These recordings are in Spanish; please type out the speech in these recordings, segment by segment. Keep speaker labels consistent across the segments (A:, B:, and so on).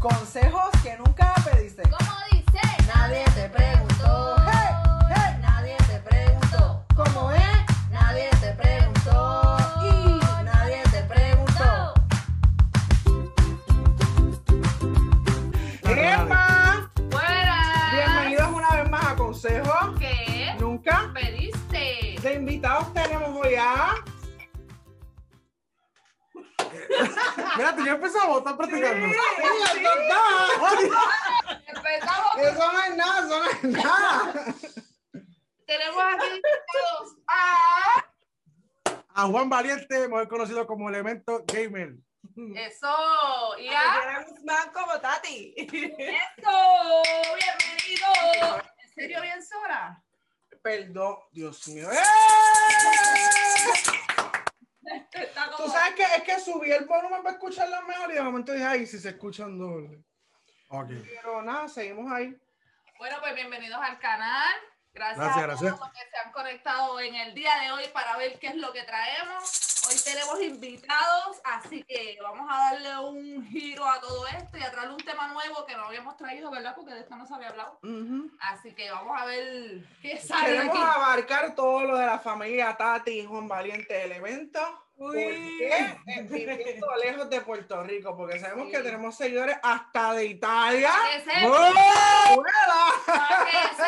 A: Consejos que nunca pediste.
B: ¿Cómo dice?
C: Nadie te preguntó.
A: Hey, hey.
C: Nadie te preguntó.
A: ¿Cómo es?
C: Nadie te preguntó. Y nadie te preguntó.
A: ¡Epa!
B: ¡Fuera!
A: Bienvenidos una vez más a Consejos
B: ¿Qué
A: Nunca.
B: pediste?
A: De invitados tenemos hoy a.
D: Mira, tú ya empezamos a estar practicando.
B: Empezamos.
A: Eso no es nada, eso no es nada.
B: Tenemos aquí invitados a...
D: A Juan Valiente, mejor conocido como Elemento Gamer.
B: Eso. Y a...
E: Adriana Guzmán como Tati.
B: Eso. Bienvenido. ¿En serio bien sola?
A: Perdón, Dios mío. ¡Eh!
B: Está como...
A: Tú sabes que es que subí el volumen para escucharlo mejor y de momento dije, ay, si se escuchan doble.
D: Ok.
A: Pero nada, seguimos ahí.
B: Bueno, pues bienvenidos al canal. Gracias,
D: Gracias,
B: a todos
D: gracias.
B: los que se han conectado en el día de hoy para ver qué es lo que traemos. Hoy tenemos invitados, así que vamos a darle un giro a todo esto y a traer un tema nuevo que no habíamos traído, ¿verdad? Porque de esto no se había hablado. Así que vamos a ver qué sale
A: Queremos
B: aquí.
A: abarcar todo lo de la familia Tati y Juan Valiente Elemento. Porque viviendo lejos de Puerto Rico, porque sabemos que tenemos seguidores hasta de Italia.
B: Que sepi,
A: ¡Fuera!
B: que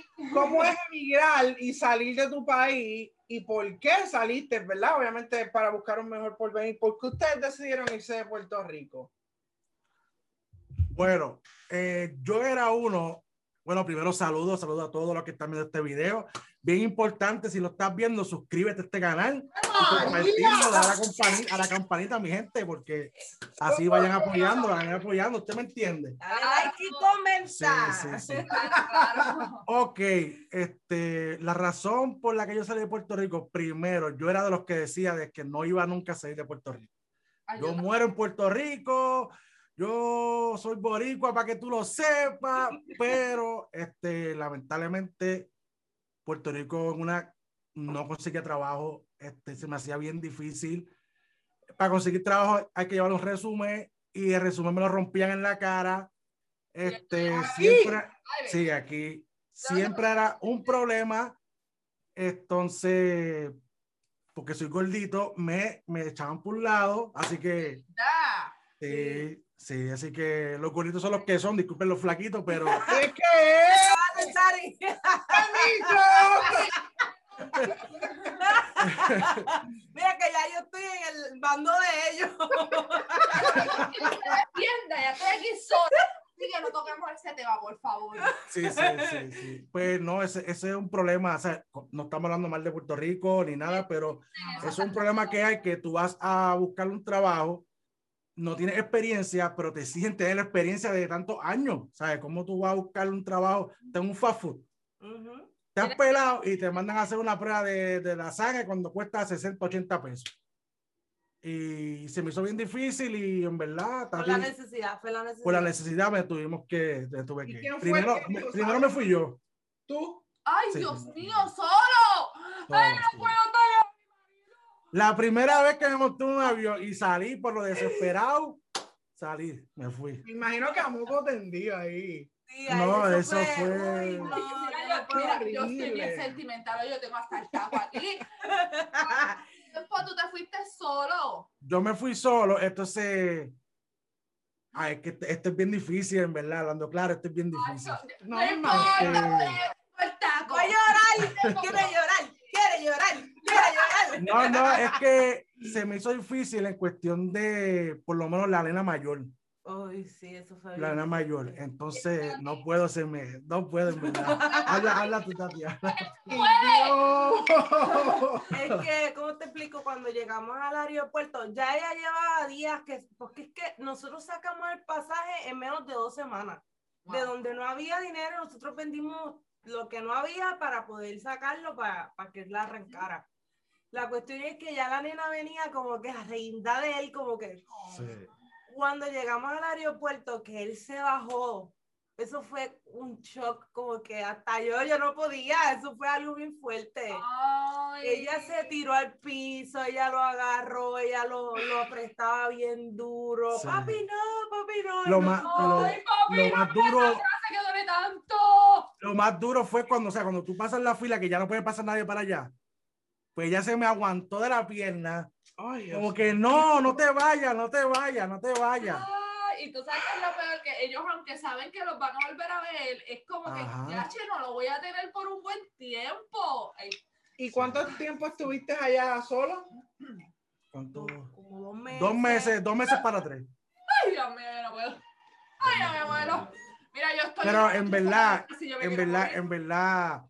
B: sepi.
A: ¿Cómo es emigrar y salir de tu país? ¿Y por qué saliste, verdad? Obviamente para buscar un mejor porvenir. ¿Por qué ustedes decidieron irse de Puerto Rico?
D: Bueno, eh, yo era uno. Bueno, primero saludos, saludos a todos los que están viendo este video. Bien importante, si lo estás viendo, suscríbete a este canal. y Compartirlo, dale a la, campanita, a la campanita, mi gente, porque así vayan apoyando, vayan apoyando. ¿Usted me entiende?
E: Dale like y comenta.
D: sí.
B: Claro, claro.
D: Ok, este, la razón por la que yo salí de Puerto Rico, primero, yo era de los que decía de que no iba nunca a salir de Puerto Rico.
B: Ay,
D: Yo
B: yo-
D: muero en Puerto Rico, yo soy boricua para que tú lo sepas, pero este, lamentablemente Puerto Rico en una, no conseguía trabajo, este, se me hacía bien difícil. Para conseguir trabajo hay que llevar un resumen y el resumen me lo rompían en la cara. Este, siempre,
B: Ay, ve.
D: Sí, aquí siempre era un problema. Entonces, porque soy gordito, me, me echaban por un lado. Así que,
B: Da.
D: sí, sí, así que los gorditos son los que son, disculpen los flaquitos, pero
A: Y es que es
E: Dale, Tati.
A: ¡Permiso!
E: Mira que ya yo estoy en el bando de ellos.
B: Tienda, ya estoy aquí sola. Así que no toquemos ese tema, por favor.
D: sí, sí, sí, sí. Pues no, ese, ese es un problema. O sea, no estamos hablando mal de Puerto Rico ni nada, pero es un problema que hay que tú vas a buscar un trabajo. No tienes experiencia, pero te sientes en la experiencia de tantos años. ¿Sabes? ¿Cómo tú vas a buscar un trabajo? Tengo un fast food.
E: Ujú.
D: te has pelado y te mandan a hacer una prueba de, de la sangre cuando cuesta 60, 80 pesos. Y se me hizo bien difícil y en verdad,
E: Fue
D: también,
E: la necesidad, fue la necesidad.
D: por la necesidad me tuvimos que, me tuve
A: ¿Y
D: que
A: quién
D: ir.
A: fue
D: Primero,
A: el que dijo,
D: me- primero
A: sabe?
D: me fui yo.
A: Tú,
B: Ay,
D: Sí.
B: Dios mío, solo. Ay, no puedo estar.
D: La primera vez que me monté en un avión y salí por lo desesperado, salí, me fui.
A: me imagino que a moco tendido ahí.
E: Sí, ahí
D: No, eso fue-
E: uy, no, yo no puedo.
B: Mira, yo soy bien
A: horrible.
B: sentimental, hoy yo tengo hasta el tajo aquí. Tiempo, tú te fuiste solo.
D: Yo me fui solo, entonces. Ay, es que este- esto es bien difícil, en verdad, hablando claro, esto es bien difícil.
A: No,
B: No importa,
A: manches.
B: no el taco.
E: Voy a llorar. Quiere llorar. Quiere llorar. Quiere llorar.
D: No, no, es que se me hizo difícil en cuestión de, por lo menos, la arena mayor.
E: Uy, sí, eso fue.
D: La arena
E: bien.
D: mayor. Entonces, no puedo hacerme, no puedo, en verdad. Habla, habla tú, Tati. habla.
A: ¡Dios!
E: Es que, ¿cómo te explico? Cuando llegamos al aeropuerto, ya ella llevaba días que, porque es que nosotros sacamos el pasaje en menos de dos semanas. De donde no había dinero, nosotros vendimos lo que no había para poder sacarlo para, para que él la arrancara. La cuestión es que ya la nena venía como que a reinda de él, como que
D: Sí.
E: cuando llegamos al aeropuerto, que él se bajó eso fue un shock, como que hasta yo, yo no podía, eso fue algo bien fuerte.
B: Ay.
E: Ella se tiró al piso, ella lo agarró, ella lo, lo apretaba bien duro.
D: Sí.
E: Papi, no, papi, no.
D: Lo
E: y
D: más- lo-
B: Ay, papi,
D: lo
B: no
D: más
B: me
D: duro-
B: duro... frase que duele tanto.
D: Lo más duro fue cuando, o sea, cuando tú pasas la fila que ya no puede pasar nadie para allá. Pues ella se me aguantó de la pierna.
A: Ay, Dios.
D: Como que no, no te vayas, no te vayas, no te vayas.
B: Ay, y tú sabes que es lo peor que ellos, aunque saben que los van a volver a ver, es como
D: Ajá.
B: que ya che, no lo voy a tener por un buen tiempo. Ay,
A: ¿Y cuánto tiempo estuviste allá solo?
D: ¿Cuánto?
E: no, Como dos meses.
D: Dos meses, dos meses para tres.
B: ay, Dios mío, yo no puedo. Ay, yo me muero. Mira, yo estoy.
D: Pero en verdad,
B: Sí, yo me
D: En
B: quiero
D: verdad,
B: morir.
D: en verdad,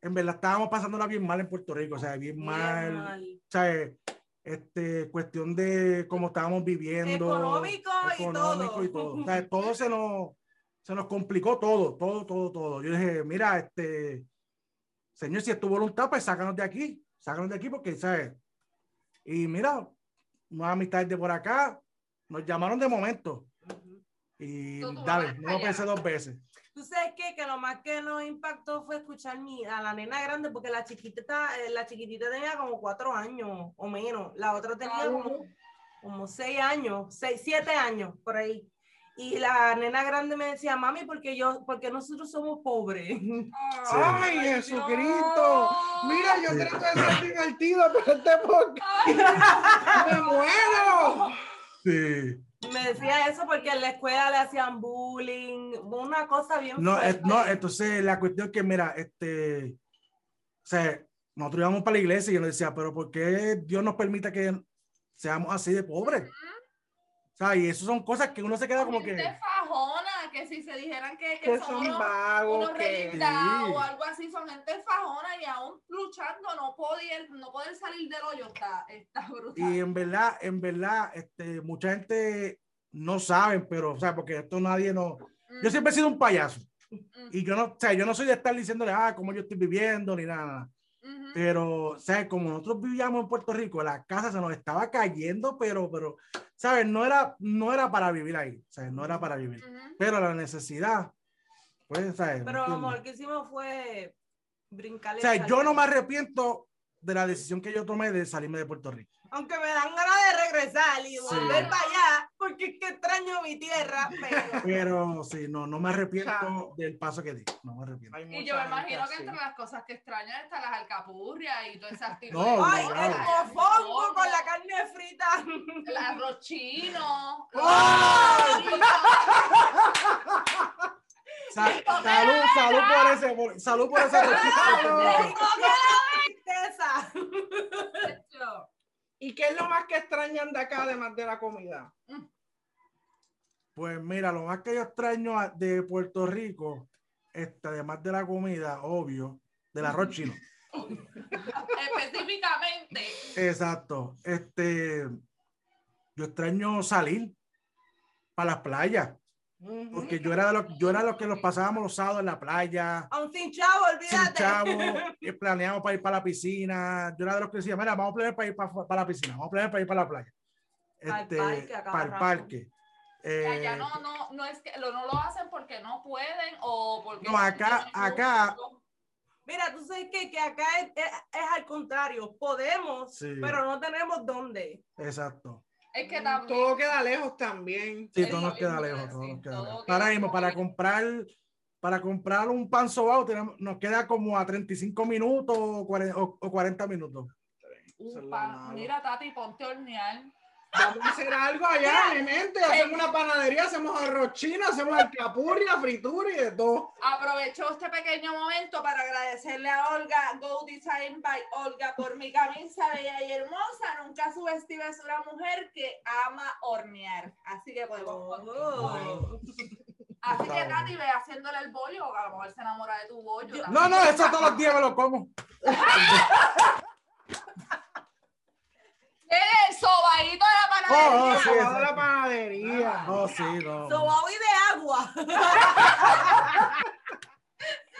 D: en verdad estábamos pasándola bien mal en Puerto Rico, o sea, bien
E: Bien
D: mal.
E: mal.
D: O sea, eh, este, cuestión de cómo estábamos viviendo.
E: Económico y todo.
D: y todo. O sea, todo se nos, se nos complicó todo, todo, todo, todo. Yo dije, mira, este, señor, si es tu voluntad, pues sácanos de aquí, sácanos de aquí porque, ¿sabes? Y mira, una amistad de por acá, nos llamaron de momento
E: Ujú.
D: y
B: Tú, tú
D: dale,
B: vas
D: no lo
B: allá.
D: pensé dos veces.
E: Tú sabes qué? que lo más que nos impactó fue escuchar mi, a la nena grande, porque la chiquitita, eh, la chiquitita tenía como cuatro años o menos, la otra tenía como, como seis años, seis, siete años por ahí. Y la nena grande me decía, mami, porque yo, porque nosotros somos pobres.
D: Sí.
A: ¡Ay,
B: Dios.
A: Jesucristo! Mira, yo
D: Sí.
A: trato de ser divertido, pero este podcast
B: Ay,
A: me muero.
D: Sí.
E: Me decía eso porque en la escuela le hacían bullying, una cosa bien
D: No,
E: fuerte.
D: eh, no, entonces la cuestión es que, mira, este, o sea, nosotros íbamos para la iglesia y yo le decía, pero ¿por qué Dios nos permite que seamos así de pobres? O sea, y eso son cosas que uno se queda como que,
B: gente fajona, que si se dijeran que, que
A: Que
B: son
A: son
B: unos-
A: vagos,
B: unos
A: que...
B: rellendados
D: Sí.
B: o algo así, son gente fajona y aún luchando no poder, no poder salir del hoyo está, está
D: y
B: brutal.
D: en verdad, en verdad, este, mucha gente no saben, pero, o sea, porque esto nadie no, yo siempre he sido un payaso y yo no, o sea, yo no soy de estar diciéndole, ah, cómo yo estoy viviendo ni nada, nada.
B: Ujú.
E: Mm.
D: Pero, ¿sabes? Como nosotros vivíamos en Puerto Rico, la casa se nos estaba cayendo, pero, pero, ¿sabes? No era, no era para vivir ahí, ¿sabes? No era para
E: Mm.
D: vivir.
B: Ujú.
D: Pero la necesidad, pues, ¿sabes?
E: Pero lo
D: ¿Entiendes?
E: mejor que hicimos fue brincarle.
D: o sea, yo no me
E: más
D: arrepiento de la decisión que yo tomé de salirme de Puerto Rico.
E: Aunque me dan ganas de regresar y volver
D: Sí.
E: para allá, porque es que extraño mi tierra, pero
D: Pero sí, no, no me arrepiento
A: Chao.
D: del paso que di. No me arrepiento.
A: Hay
B: Y
A: mucha
B: yo me
A: gente
B: imagino que
A: así.
B: entre las cosas que extrañan están las alcapurrias y todas esas tipos
D: No,
E: ¡Ay,
D: wow.
E: el mofongo con la carne frita!
B: El arroz chino. los
D: ¡Ay!
B: arroz
D: Sa- salud, salud por ese, por- salud por ese
E: ¡Ay,
D: retiro.
E: ¡No queda tristeza!
B: frito.
A: ¿Y qué es lo más que extrañan de acá, además de la comida?
D: Pues mira, lo más que yo extraño a- de Puerto Rico, este, además de la comida, obvio, del arroz chino.
B: Específicamente.
D: Exacto. Este, yo extraño salir para las playas,
A: Ujú.
D: porque yo era de los, yo era de los que los pasábamos los sábados en la playa,
E: Aún sin chavo,
D: sin
E: olvídate.
D: chavo, que planeamos para ir para la piscina. Yo era de los que decía, mira, vamos a planear para ir para, para la piscina, vamos a planear para ir para la playa.
E: Para el
D: Este,
E: parque, a cada
D: para el
E: rato.
D: parque. Eh,
B: Allá no, no, no es que lo, no lo hacen porque no pueden o porque.
D: No, acá- acá-
E: Mira, tú sabes que, que acá es, es- es al contrario. Podemos,
D: Sí.
E: pero no tenemos dónde.
D: Exacto.
B: Es que también.
A: Todo queda lejos también.
D: Sí,
B: Es
D: todo
B: lo
D: nos queda
B: mismo,
D: lejos, todo
B: sí,
D: nos queda
B: todo
D: lejos.
B: queda
D: Ahora mismo,
B: lejos.
D: para comprar, para comprar un pan sobao tenemos- nos queda como a 35 minutos o 40, o- o 40 minutos.
A: Eso es lo
B: Upa,
A: malo.
B: mira, Tati, ponte a hornear.
A: Vamos a hacer algo allá, mi gente. Hacemos una panadería, hacemos arroz chino, hacemos alcapurria, fritura y de todo.
B: Aprovecho este pequeño momento para agradecerle a Olga, Go Design by Olga, por mi camisa bella y hermosa. Nunca subestimes a una mujer que ama hornear. Así que podemos.
E: Oh.
B: Así que
D: Está
B: Tati, ve haciéndole el bollo, a lo mejor se enamora de tu bollo. también.
D: No, no, eso todos los días me lo como.
B: ¡Eh, sobadito de la panadería!
D: Oh, oh,
A: Vamos
D: sí,
A: a la panadería.
D: exacto. Ah. Oh, No, sí, no.
E: Sobao y de agua.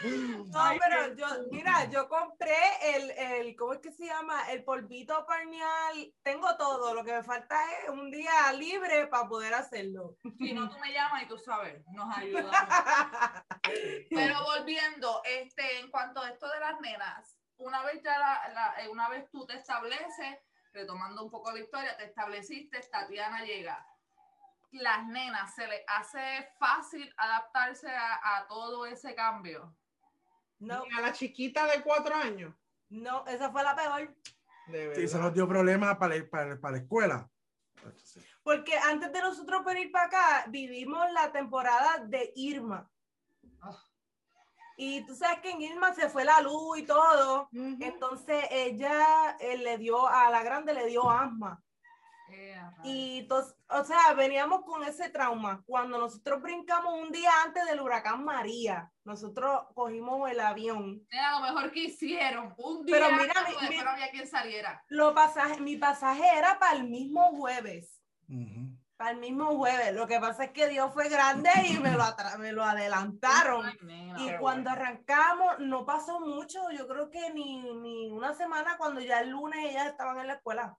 E: No, pero yo, mira, yo compré el, el, ¿cómo es que se llama? El polvito parnial. Tengo todo. Lo que me falta es un día libre para poder hacerlo.
B: Si no, tú me llamas y tú sabes, nos ayudamos. Pero volviendo, este, en cuanto a esto de las nenas, una vez ya la- la- eh, una vez tú te estableces, retomando un poco la historia, te estableciste, Tatiana llega. Las nenas, ¿se les hace fácil adaptarse a, a todo ese cambio?
E: No,
A: Ni A la chiquita de cuatro años.
E: no, esa fue la peor.
A: De verdad.
D: Sí, se nos dio problemas para, ir- para, para la escuela.
E: Porque antes de nosotros venir para acá, vivimos la temporada de Irma.
B: Ah.
E: Y tú sabes que en Irma se fue la luz y todo.
A: Ujú.
E: Entonces ella eh, le dio, a la grande le dio asma.
B: Eh, rayos.
E: Y tos- o sea, veníamos con ese trauma. Cuando nosotros brincamos un día antes del huracán María, nosotros cogimos el avión.
B: Era lo mejor que hicieron. Un día,
E: Pero
B: pero
E: mira, mi- mi-
B: no había quien saliera.
E: Lo pasaje, mi pasaje era para el mismo jueves.
D: Ujú.
E: Para el mismo jueves. Lo que pasa es que Dios fue grande y me lo, atra- me lo adelantaron.
B: Ay, nena.
E: Y
A: bueno.
E: cuando arrancamos, no pasó mucho. Yo creo que ni, ni una semana cuando ya el lunes ellas estaban en la escuela.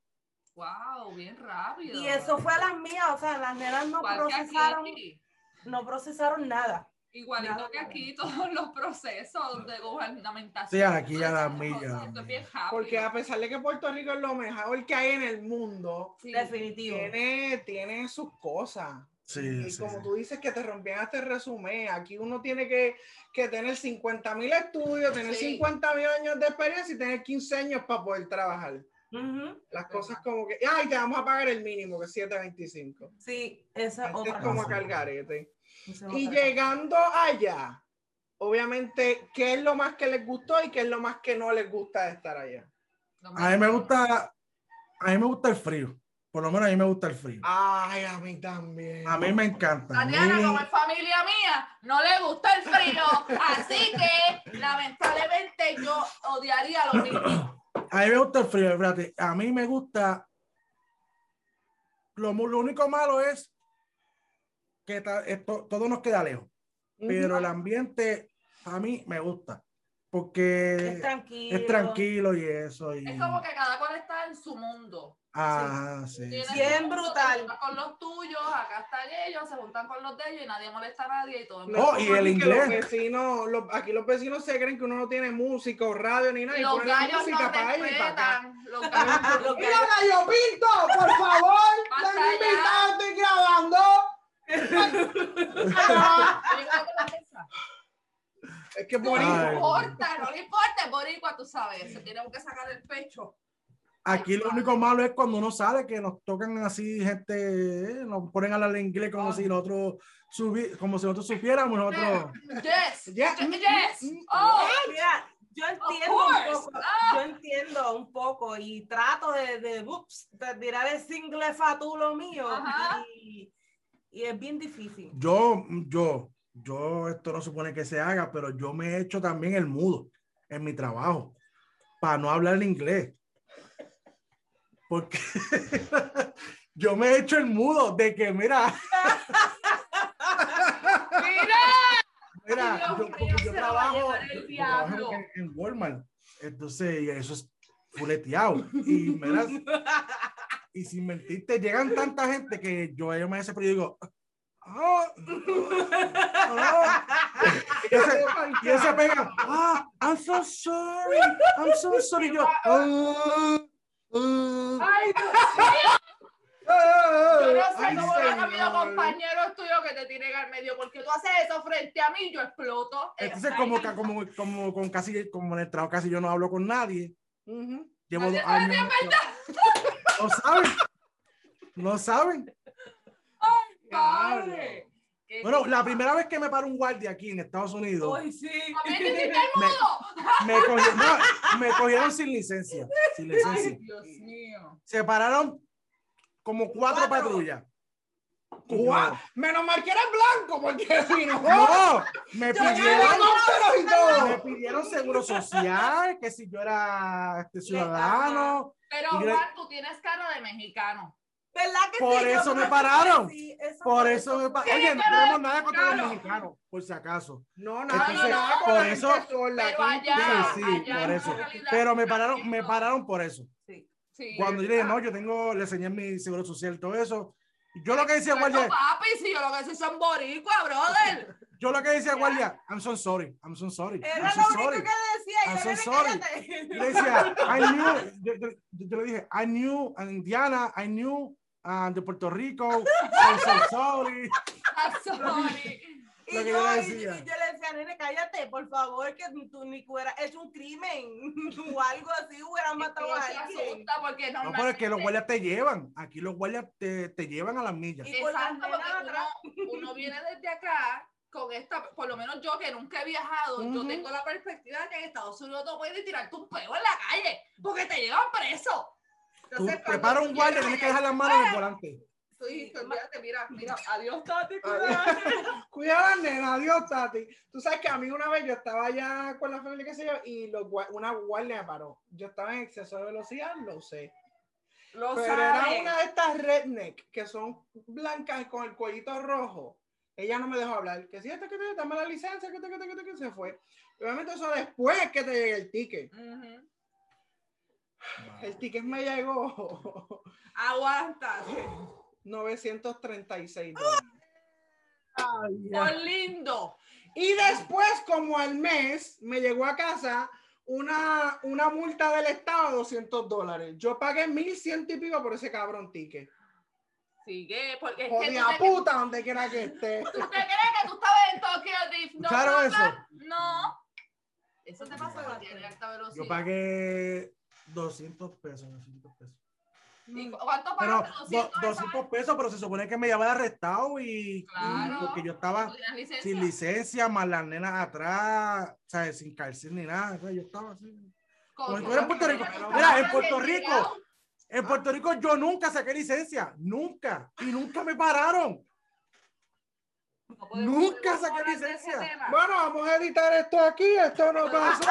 B: Wow, pues, bien rápido.
E: Y eso fue a las mías. O sea, las nenas no
B: Igual que
E: procesaron,
B: aquí.
E: no procesaron nada.
B: Igualito
E: Nada,
B: que
E: nada.
B: aquí, todos los procesos de gubernamentación.
D: Sí, aquí a la
B: Esas
D: milla,
B: cosas,
D: la
B: esto es
D: milla.
B: bien rápido.
A: Porque a pesar de que Puerto Rico es lo mejor que hay en el mundo,
B: Sí.
E: Definitivo.
A: tiene, tiene sus cosas.
D: Sí,
A: y
D: sí,
A: como
D: sí.
A: tú dices que te rompían hasta el resumen, aquí uno tiene que, que tener 50 mil estudios, tener
B: Sí.
A: 50 mil años de experiencia y tener 15 años para poder trabajar.
E: Ujú.
A: Las
B: Verdad.
A: cosas como que, ay, te vamos a pagar el mínimo, que es 7.25.
E: Sí, esa es
A: Esto
E: otra
A: es como
E: cosa.
A: que al garete.
E: Esa es
A: Y
E: otra
A: llegando allá, obviamente, ¿qué es lo más que les gustó y qué es lo más que no les gusta de estar allá?
B: Lo
D: A mí me gusta, a mí me gusta el frío. Por lo menos a mí me gusta el frío.
A: Ay, a mí también.
D: A mí me encanta. A mí-
B: Tatiana, como es familia mía, no le gusta el frío, así que lamentablemente yo odiaría lo mismo.
D: A mí me gusta el frío, fíjate. A mí me gusta. Lo, mu- lo único malo es que ta- esto, todo nos queda lejos. Pero el ambiente a mí me gusta.
E: cosa. Es
D: Porque
E: tranquilo.
D: es tranquilo y eso. Y,
B: Es como que cada cual está en su mundo.
D: ah, sí,
B: Tienes
D: sí.
E: Bien
B: tu mundo,
E: brutal.
B: te juntas Con los tuyos, acá están ellos, se juntan con los de ellos y nadie molesta a nadie y todo. el
A: No,
D: Oh,
A: es
D: y
A: como
D: el
A: aquí que los
D: inglés.
A: vecinos- los- aquí los vecinos se creen que uno no tiene música o radio ni nada. y
B: Los
A: ponen la
B: gallos
A: música
B: no
A: pa' allá y pa' acá.
B: respetan. Los gallos
E: Lo que-
A: ¡Mira, gallo pinto! ¡Por favor!
B: Basta
A: ¡Tengo invitado!
B: ya.
A: ¡Estoy grabando!
B: Yo creo que la mesa.
A: es que por
B: No le
D: Ay.
B: importa, no le importa, es boricua, tú sabes, se tiene que sacar el pecho.
D: Aquí lo único malo es cuando uno sale, que nos tocan así, gente, eh, nos ponen a hablar en inglés como si nosotros subi- como si nosotros supiéramos nosotros.
B: Yes,
A: Yeah.
B: ye- yes,
A: Mm,
B: oh,
E: Mira, yo entiendo
B: course. Ah.
E: un poco, yo entiendo un poco y trato de, de, ups, de tirar el single fatulo mío
B: Ajá.
E: y, y es bien difícil.
D: Yo, yo, yo, esto no supone que se haga, pero yo me he hecho también el mudo en mi trabajo para no hablar en inglés. Porque yo me he hecho el mudo de que, mira,
B: mira.
D: mira,
B: Dios
D: yo,
B: mío,
D: porque
B: se
D: yo
B: lo
D: trabajo,
B: va a llevar el
D: yo trabajo
B: diablo.
D: en, en Walmart, entonces y eso es fuleteado. Y mira, y sin mentirte, llegan tanta gente que yo, yo me desespero y digo, ah, ah, y ese- y él se pega, ah, I'm so sorry, I'm so sorry. Y Yo, "Ah, ah".
A: ¡Ay, Dios mío.
B: Yo no
A: Ay,
B: sé cómo no han habido
A: señor.
B: compañeros tuyos que te tienen al medio, porque tú haces eso frente a mí, yo exploto. Eh,
D: entonces
B: ay,
D: como,
B: ay,
D: ca- como, como, con casi, como en el trabajo casi yo no hablo con nadie,
A: Ujú.
D: llevo
B: Nadie
D: dos
B: sabe
D: años. No saben, no saben.
B: padre. Qué
D: Bueno,
B: cosa.
D: la primera vez que me paró un guardia aquí en Estados Unidos,
E: Ay, sí.
B: También te hiciste el mudo.
D: me cogieron, no, me cogieron sin licencia, sin licencia.
B: Ay, Dios mío.
D: Se pararon como cuatro,
E: Cuatro.
D: patrullas.
A: Guau, Menos mal que eres blanco, porque si no.
D: No, me
A: ¡Te llegan
D: pidieron,
A: helicópteros y todo!
D: me pidieron seguro social, que si yo era este, ciudadano.
B: Pero
D: Mira-
B: Juan, tú tienes cara de mexicano.
E: ¿Verdad que
D: Por
E: sí?
D: eso
E: Yo
D: me
E: creo que
D: pararon.
E: sí,
D: Por eso me pa-
B: Sí,
D: Oye, no
B: pero
D: tenemos nada contra
B: claro.
D: los mexicanos, por si acaso.
A: No, nada,
D: Entonces,
A: nada con
D: por
A: la gente
D: eso-
A: sola,
B: Pero
A: aquí.
B: allá,
D: sí,
B: allá
D: por
B: en
D: eso.
B: realidad
D: Pero me
B: está
D: pararon, me
B: haciendo-
D: pararon por eso.
B: Sí.
D: Cuando yo le dije, no, yo tengo, le enseñé mi seguro social, todo eso. Yo lo que decía,
B: Bueno,
D: guardia,
B: papi, si yo lo que soy son boricua, brother.
D: yo lo que decía, guardia, I'm so sorry, I'm so sorry,
E: Era
D: I'm so
E: lo único
D: sorry.
E: que le decía.
D: I'm
E: yo,
D: so
E: "Nene,
D: sorry".
E: cállate.
D: Yo le decía, I knew, yo, yo- yo le dije, I knew, and Indiana, I knew, and de Puerto Rico, I'm so sorry.
B: I'm Ah, sorry.
E: Y
D: Lo
E: yo,
D: que yo le
E: y-
D: decía.
E: y yo le decía, nene, cállate, por favor, que tú ni que hubieras hecho un crimen o algo así, hubieras matado a
B: Uno se
E: alguien.
B: asusta porque
D: No, pero es que los guardias te llevan, aquí los guardias te, te llevan a las millas.
E: Y por las
B: Exacto,
E: nenas
B: porque
E: atrás.
B: uno, uno viene desde acá con esta, por lo menos yo que nunca he viajado, yo
D: Ujú.
B: tengo la perspectiva de que en Estados Unidos no puedes ni tirarte un peo en la calle porque te llevan preso.
D: Tú
B: Entonces, cuando
D: preparas
B: tú
D: un guardia,
B: llegas
D: tienes que
B: allá, ¡ah!
D: dejar las manos en el volante.
B: tú dices, "Olvídate, mira, mira, adiós, Tati.
A: Adiós. Cuida a las nenas, adiós, Tati. Tú sabes que a mí una vez yo estaba allá con la familia, qué sé yo, y los gua- una guardia me paró. Yo estaba en exceso de velocidad, lo sé.
E: Lo
A: Pero era una de estas redneck que son blancas con el cuellito rojo. Ella no me dejó hablar. Que si esto que te dame la licencia, que te, que te, que te, que se fue. Obviamente eso después que te llegue el ticket.
B: Ujú.
A: El ticket me llegó
B: Aguántate.
A: 936 dólares.
B: Por lindo.
A: Y después, como al mes, me llegó a casa una, una multa del Estado de 200 dólares. Yo pagué 1.100 y pico por ese cabrón ticket.
B: Sigue, porque es que tú
A: Jodida
B: te, crees-
A: puta, donde quiera que esté.
B: tú te crees que tú estabas en Tokio Drift. No,
D: Claro,
B: no, no.
D: eso.
B: No. Eso te pasa cuando tienes alta velocidad.
D: Yo pagué 200 pesos, 200 pesos.
B: ¿Y cu- ¿Cuánto
D: Pero
B: pagaste?
D: do-
B: 200 pesos.
D: 200 pesos, pero se supone que me llevaba arrestado y, y
B: Claro.
D: porque yo estaba
B: ¿Tú tenías licencia?
D: sin licencia, más las nenas atrás, ¿sabes? sin calcín ni nada. ¿sabes? Yo estaba así.
B: Con-
D: Como tú eres en Puerto Rico.
B: Pero-
D: Mira, en Puerto
B: Pero-
D: Rico.
B: Ah.
D: En Puerto Rico yo nunca saqué licencia, nunca, y nunca me pararon.
B: No podemos-
D: Nunca
B: podemos
D: saqué
B: hablar de
D: licencia.
B: ese tema.
A: Bueno, vamos a editar esto aquí, esto no pasó.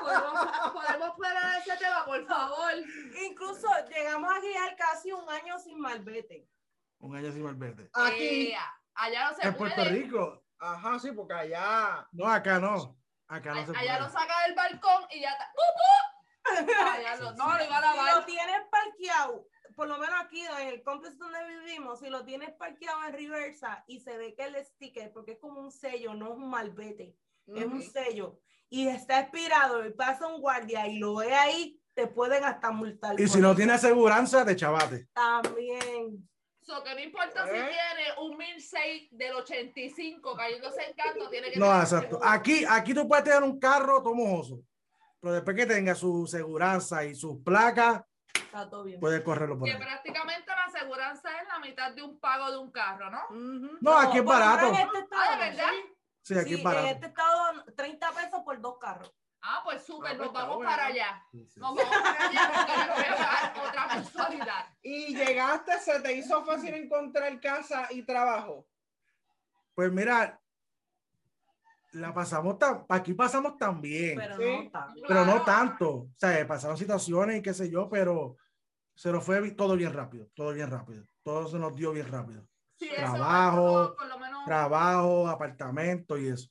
B: Podemos podemos parar ese tema, por favor.
E: Incluso llegamos a guiar casi un año sin malvete.
D: Un año sin verde.
A: Aquí.
B: Eh, allá no se
D: En Puerto
B: puede.
D: Rico.
A: Ajá, sí, porque allá.
D: No, acá no. Acá no se
B: A-
D: puede.
B: Allá lo saca del balcón y ya está. ¡Cucú! Allá lo- no, lo iba a
E: Si lo
B: lavar.
E: tienes parqueado, por lo menos aquí en el complejo donde vivimos, si lo tienes parqueado en reversa y se ve que el sticker, porque es como un sello, no es un malvete, es un sello, y está expirado y pasa un guardia y lo ve ahí, te pueden hasta multar.
D: Y
E: por
D: si no
E: eso.
D: tiene aseguranza, de chavate.
E: También.
B: So, que no importa si
A: ¿Eh?
B: tiene un 1006 del 85 cayéndose en canto, tiene que
D: No,
B: tener
D: exacto. Ah,
B: seguro.
D: Aquí, aquí tú puedes tener un carro todo mojoso, pero después que tenga su seguranza y sus placas,
E: Está todo bien.
D: puedes correrlo por
B: Que
D: ahí.
B: prácticamente la aseguranza es la mitad de un pago de un carro, ¿no?
A: Ujú.
D: No, aquí es
E: por lo menos
D: barato.
E: en este estado,
B: Ah, ¿de verdad?
E: sí.
D: Sí, aquí
E: Sí,
D: es
E: en
D: barato.
E: este estado 30 pesos por dos carros.
B: Ah, pues súper,
A: Ah, pues
B: nos
A: está
B: vamos
A: bueno.
B: para allá.
D: Sí, sí.
B: Nos vamos para allá porque yo voy a pagar otra mensualidad.
A: Y llegaste, se te hizo fácil encontrar casa y trabajo.
D: Pues mira, la pasamos tan, aquí pasamos tan bien, pero,
E: Pero
A: Sí.
E: no tanto.
D: no
B: Claro.
D: tanto. O sea, eh, pasaron situaciones y qué sé yo, pero se nos fue bi- todo bien rápido, todo bien rápido. Todo se nos dio bien rápido.
B: Sí, eso
D: Trabajo,
B: pasó, por lo menos
D: Trabajo, apartamento y eso.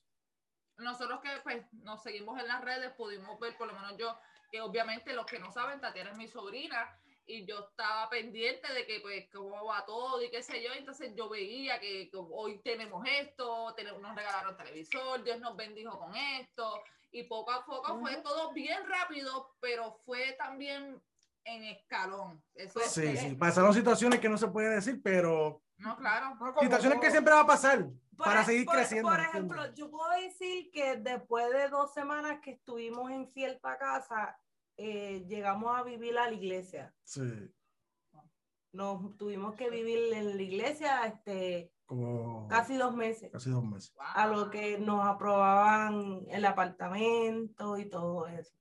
B: nosotros que pues, nos seguimos en las redes pudimos ver, por lo menos yo, que obviamente los que no saben, Tatiana es mi sobrina y yo estaba pendiente de que pues cómo va todo y qué sé yo, entonces yo veía que, que hoy tenemos esto, tenemos, nos regalaron televisor, Dios nos bendijo con esto y poco a poco fue todo bien rápido, pero fue también en escalón. Eso es-
D: Sí, sí, pasaron situaciones que no se puede decir, pero
B: No, claro.
A: No, como
D: situaciones que
A: todo.
D: siempre va a pasar
E: Por
D: para
E: e-
D: seguir
E: por-
D: creciendo.
E: Por
D: ¿me
E: ejemplo,
D: entiendes?
E: yo puedo decir que después de dos semanas que estuvimos en cierta casa, eh, llegamos a vivir a la iglesia.
D: Sí,
E: Nos tuvimos que vivir en la iglesia este,
D: como casi,
E: casi dos meses,
D: dos meses.
B: Wow.
E: a lo que nos aprobaban el apartamento y todo eso.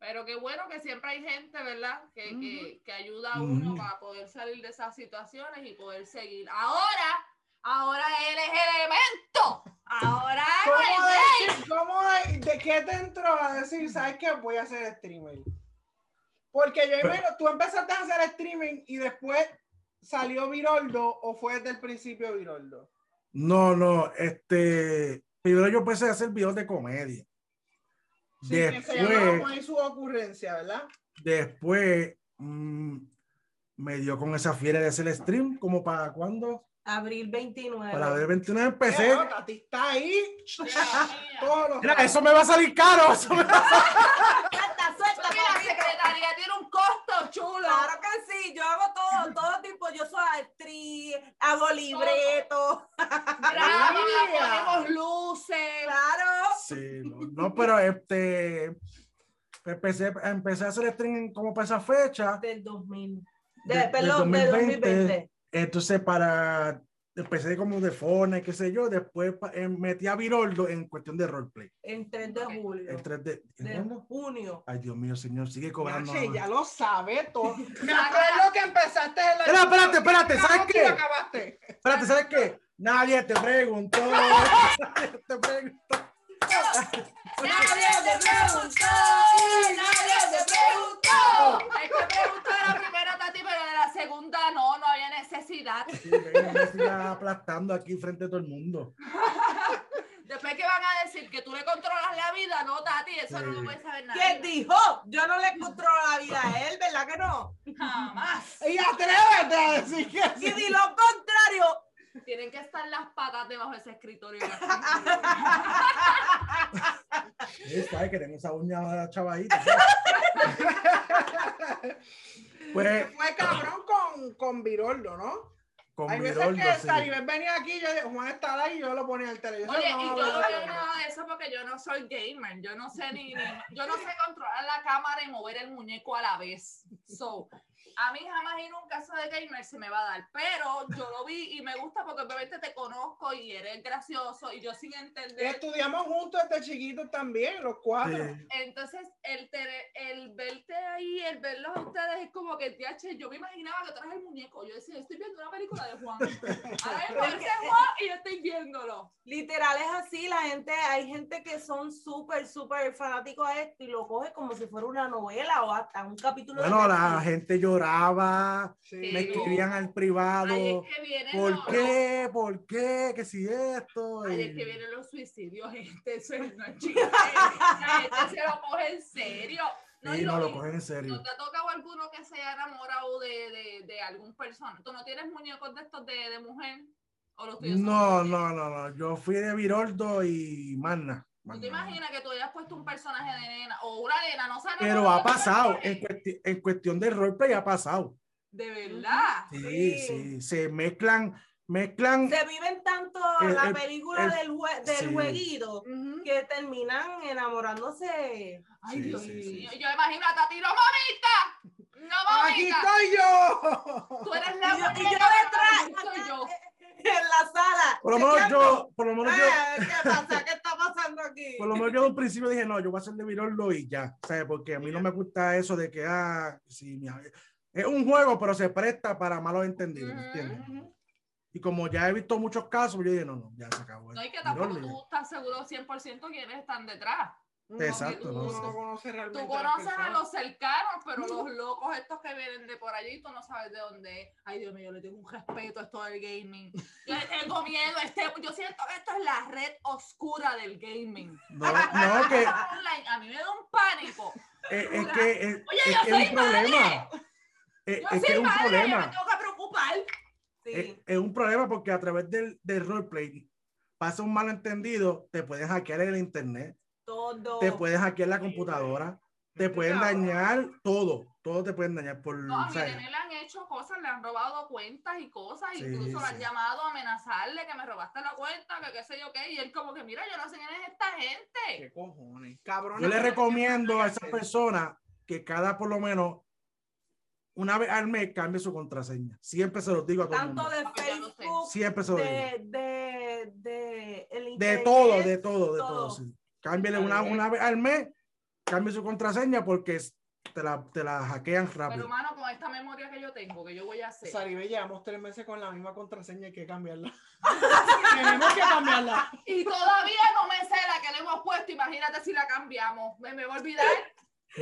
B: Pero qué bueno que siempre hay gente, ¿verdad? Que, que, que ayuda a
D: Ujú.
B: uno para poder salir de esas situaciones y poder seguir. Ahora, ahora él es elemento. Ahora no hay
A: ¿Cómo,
B: break.
A: de, cómo de, de qué te entró a decir, sabes qué? Voy a ser streamer. Porque yo
D: Pero-
A: imagino, tú empezaste a hacer streaming y después salió Viroldo o fue desde el principio Viroldo.
D: No, no, este, primero yo empecé a hacer videos de comedia.
A: Sí, que se llamaba
D: después,
A: Juan y su ocurrencia, ¿verdad?
D: después mm, me dio con esa fiera de hacer stream, como para cuando,
E: Abril 29.
D: para ver 29
A: Eh,
D: empecé.
A: no, Tati está ahí
B: Mira,
A: todos los
D: Mira,
A: días.
D: eso me va a salir caro. eso me va-
E: Suelta, suelta,
B: la
E: papi.
B: secretaría tiene un costo chulo.
E: Claro que sí, yo hago todo, todo tipo, yo soy actriz, hago libretos,
B: Graba,
A: Mira.
B: ponemos luces.
E: claro.
D: Sí, no, no, pero este, empecé, empecé a hacer stream como para esa fecha.
E: Del 2000.
D: De-
E: De,
D: del
E: perdón, del
D: 2020.
E: 2020.
D: Entonces, para, empecé como de Fortnite, qué sé yo. Después pa- eh, metí a Viroldo en cuestión de roleplay.
E: En 3 de julio.
D: El Ah. 3D.
E: De
D: ¿entiendes?
E: junio.
D: Ay, Dios mío, señor, sigue cobrando.
A: Nache, ya
D: Espera,
A: lo sabe todo. Me acuerdo que empezaste en la.
D: espérate, espérate, ¿sabes
A: ¿Cómo tú
D: qué?
A: acabaste?
D: Espérate, ¿sabes qué? Nadie te preguntó. Nadie te preguntó.
B: Nadie te preguntó. Nadie te preguntó. Es que preguntó de la primera Tati, pero de la segunda no, no había necesidad.
D: Sí, venga, me siga aplastando aquí frente a todo el mundo.
B: Después que van a decir que tú le controlas la vida, no, Tati, eso no lo puede saber
E: ¿Quién
B: nadie.
E: dijo? Yo no le controlo la vida a él, ¿verdad que no?
B: Jamás.
A: Y atrévete a decir que
E: Y
A: sí.
E: di lo contrario.
B: Tienen que estar las patas debajo de ese escritorio.
D: Sí, sabes que tengo esa uña chavadita. Pues
A: Fue cabrón con, con Viroldo, ¿no?
D: con
A: Hay veces
D: Viroldo,
A: que
D: sí.
A: Saribel venía aquí, yo, Juan estaba ahí y yo lo ponía en el televisor.
B: Oye,
A: no,
B: y yo
A: no,
B: no
A: no,
B: veo
A: no.
B: nada de eso porque yo no soy gamer. Yo no sé ni, ni- yo no sé controlar la cámara y mover el muñeco a la vez. So, a mí jamás y nunca eso de gamer se me va a dar, pero yo lo vi y me gusta porque obviamente te conozco y eres gracioso y yo sin entender.
A: Estudiamos juntos desde chiquitos también, los cuatro.
D: Sí.
B: Entonces, el, tener- el verte ahí, el verlos a ustedes es como que, TH, yo me imaginaba que tú eras el muñeco. Yo decía, estoy viendo una película de Juan. Ahora mismo él se Juan y yo estoy viéndolo.
E: Literal es así, la gente, hay gente que son súper, súper fanáticos a esto y lo coge como si fuera una novela o hasta un capítulo. de
D: Bueno, la
E: Netflix.
D: gente lloraba,
A: Sí.
D: me
B: Sí.
D: escribían al
B: Ahí
D: privado.
B: es que viene
D: ¿Por
B: lo-
D: qué? ¿Por qué? ¿Que si esto?
B: Ay, es
D: Y-
B: que vienen los suicidios, gente, eso es- no es chiste. La gente se lo coge en serio. No,
D: Sí,
B: y
D: no lo
B: y-
D: cogen en serio.
B: ¿No te ha tocado alguno que se haya enamorado de, de, de algún persona? ¿Tú no tienes muñecos de estos de, de mujer? ¿O los tuyos son
D: No,
B: de-
D: no, no, no. Yo fui de Viroldo y Magna.
B: ¿Tú te
D: Magna.
B: imaginas que tú hayas puesto un personaje de nena o una nena? No sé.
D: Pero ha pasado, eh. en, cuesti- en cuestión de roleplay ha pasado.
B: De verdad.
D: Sí,
E: Sí.
D: sí, se mezclan, mezclan.
E: Se viven tanto
D: El-
E: la
D: el-
E: película
D: el-
E: del, jue- del
D: Eh, sí.
E: jueguito
B: Ujú.
E: que terminan enamorándose.
B: Ay,
D: Sí,
B: Dios
D: sí, sí,
B: mío.
D: sí.
B: Yo imagino a Tati, no mamita. No
A: ¡Aquí
B: mamita.
A: estoy yo!
B: Tú eres
E: Y yo,
B: la
E: y yo
B: muñeca,
E: detrás,
B: pero soy yo.
E: en la sala.
D: Por lo menos yo,
E: chequeando.
D: por lo menos yo,
E: Ah, ¿Qué pasa? ¿Qué está pasando aquí?
D: por lo menos yo de un principio dije, no, yo voy a ser de Viroldo y ya. ¿Sabes? Porque a mí no me gusta eso de que, ah, sí, mi amigo. Es un juego, pero se presta para malos entendidos,
B: Ujú.
D: ¿entiendes? Y como ya he visto muchos casos, yo dije, no, no, ya se acabó.
B: No, y que
D: Viroldo
B: tampoco
D: ya.
B: tú estás seguro 100% quiénes están detrás.
D: Exacto,
A: Uno
D: no
A: no
D: sé.
A: conoce realmente.
B: Tú
A: a las
B: conoces a
A: personas.
B: los cercanos, pero los locos estos que vienen de por allí, tú no sabes de dónde es. Ay, Dios mío, yo le tengo un respeto a esto del gaming. Yo le tengo miedo. a Este, yo siento que esto es la red oscura del gaming.
D: No, no, que
B: Online, a mí me da un pánico.
D: eh, es que es,
B: Oye, yo
D: es que es
B: soy
D: un
B: madre.
D: problema. Eh, Es,
B: Yo
D: es que
B: soy
D: es un
B: madre, yo me
D: problema.
B: tengo que preocupar.
D: Es,
E: Sí.
D: es un problema porque a través del, del roleplay pasa un malentendido, te pueden hackear el internet,
E: Todo.
B: Oh,
D: te pueden hackear la computadora, te pueden
E: cabrón.
D: dañar todo, todo te pueden dañar por...
B: No, a mi
D: ¿sabes?
B: nene le han hecho cosas, le han robado cuentas y cosas,
D: Sí,
B: incluso le han
D: sí.
B: llamado a amenazarle que me robaste la cuenta, que qué sé yo qué, y él como que, mira, yo no sé quién es esta gente.
A: ¿Qué cojones? Cabrón.
D: Yo le recomiendo a esas personas que cada por lo menos una vez al mes cambie su contraseña. Siempre se los digo a todo el
E: Tanto
D: mundo.
E: de
B: Porque ya lo sé.
E: Facebook,
D: Siempre se los digo.
E: de, de, de, el
D: De
E: internet.
D: todo, de todo, de todo.
E: todo.
D: sí. Cámbiale una, una vez al mes, cambie su contraseña porque es- te la, te la hackean
B: Pero
D: rápido.
B: hermano, con esta memoria que yo tengo, que yo voy a hacer.
A: Saribe, llevamos tres meses con la misma contraseña, hay que cambiarla. Tenemos que cambiarla.
B: Y todavía no me sé la que le hemos puesto, imagínate si la cambiamos, me, me voy a olvidar.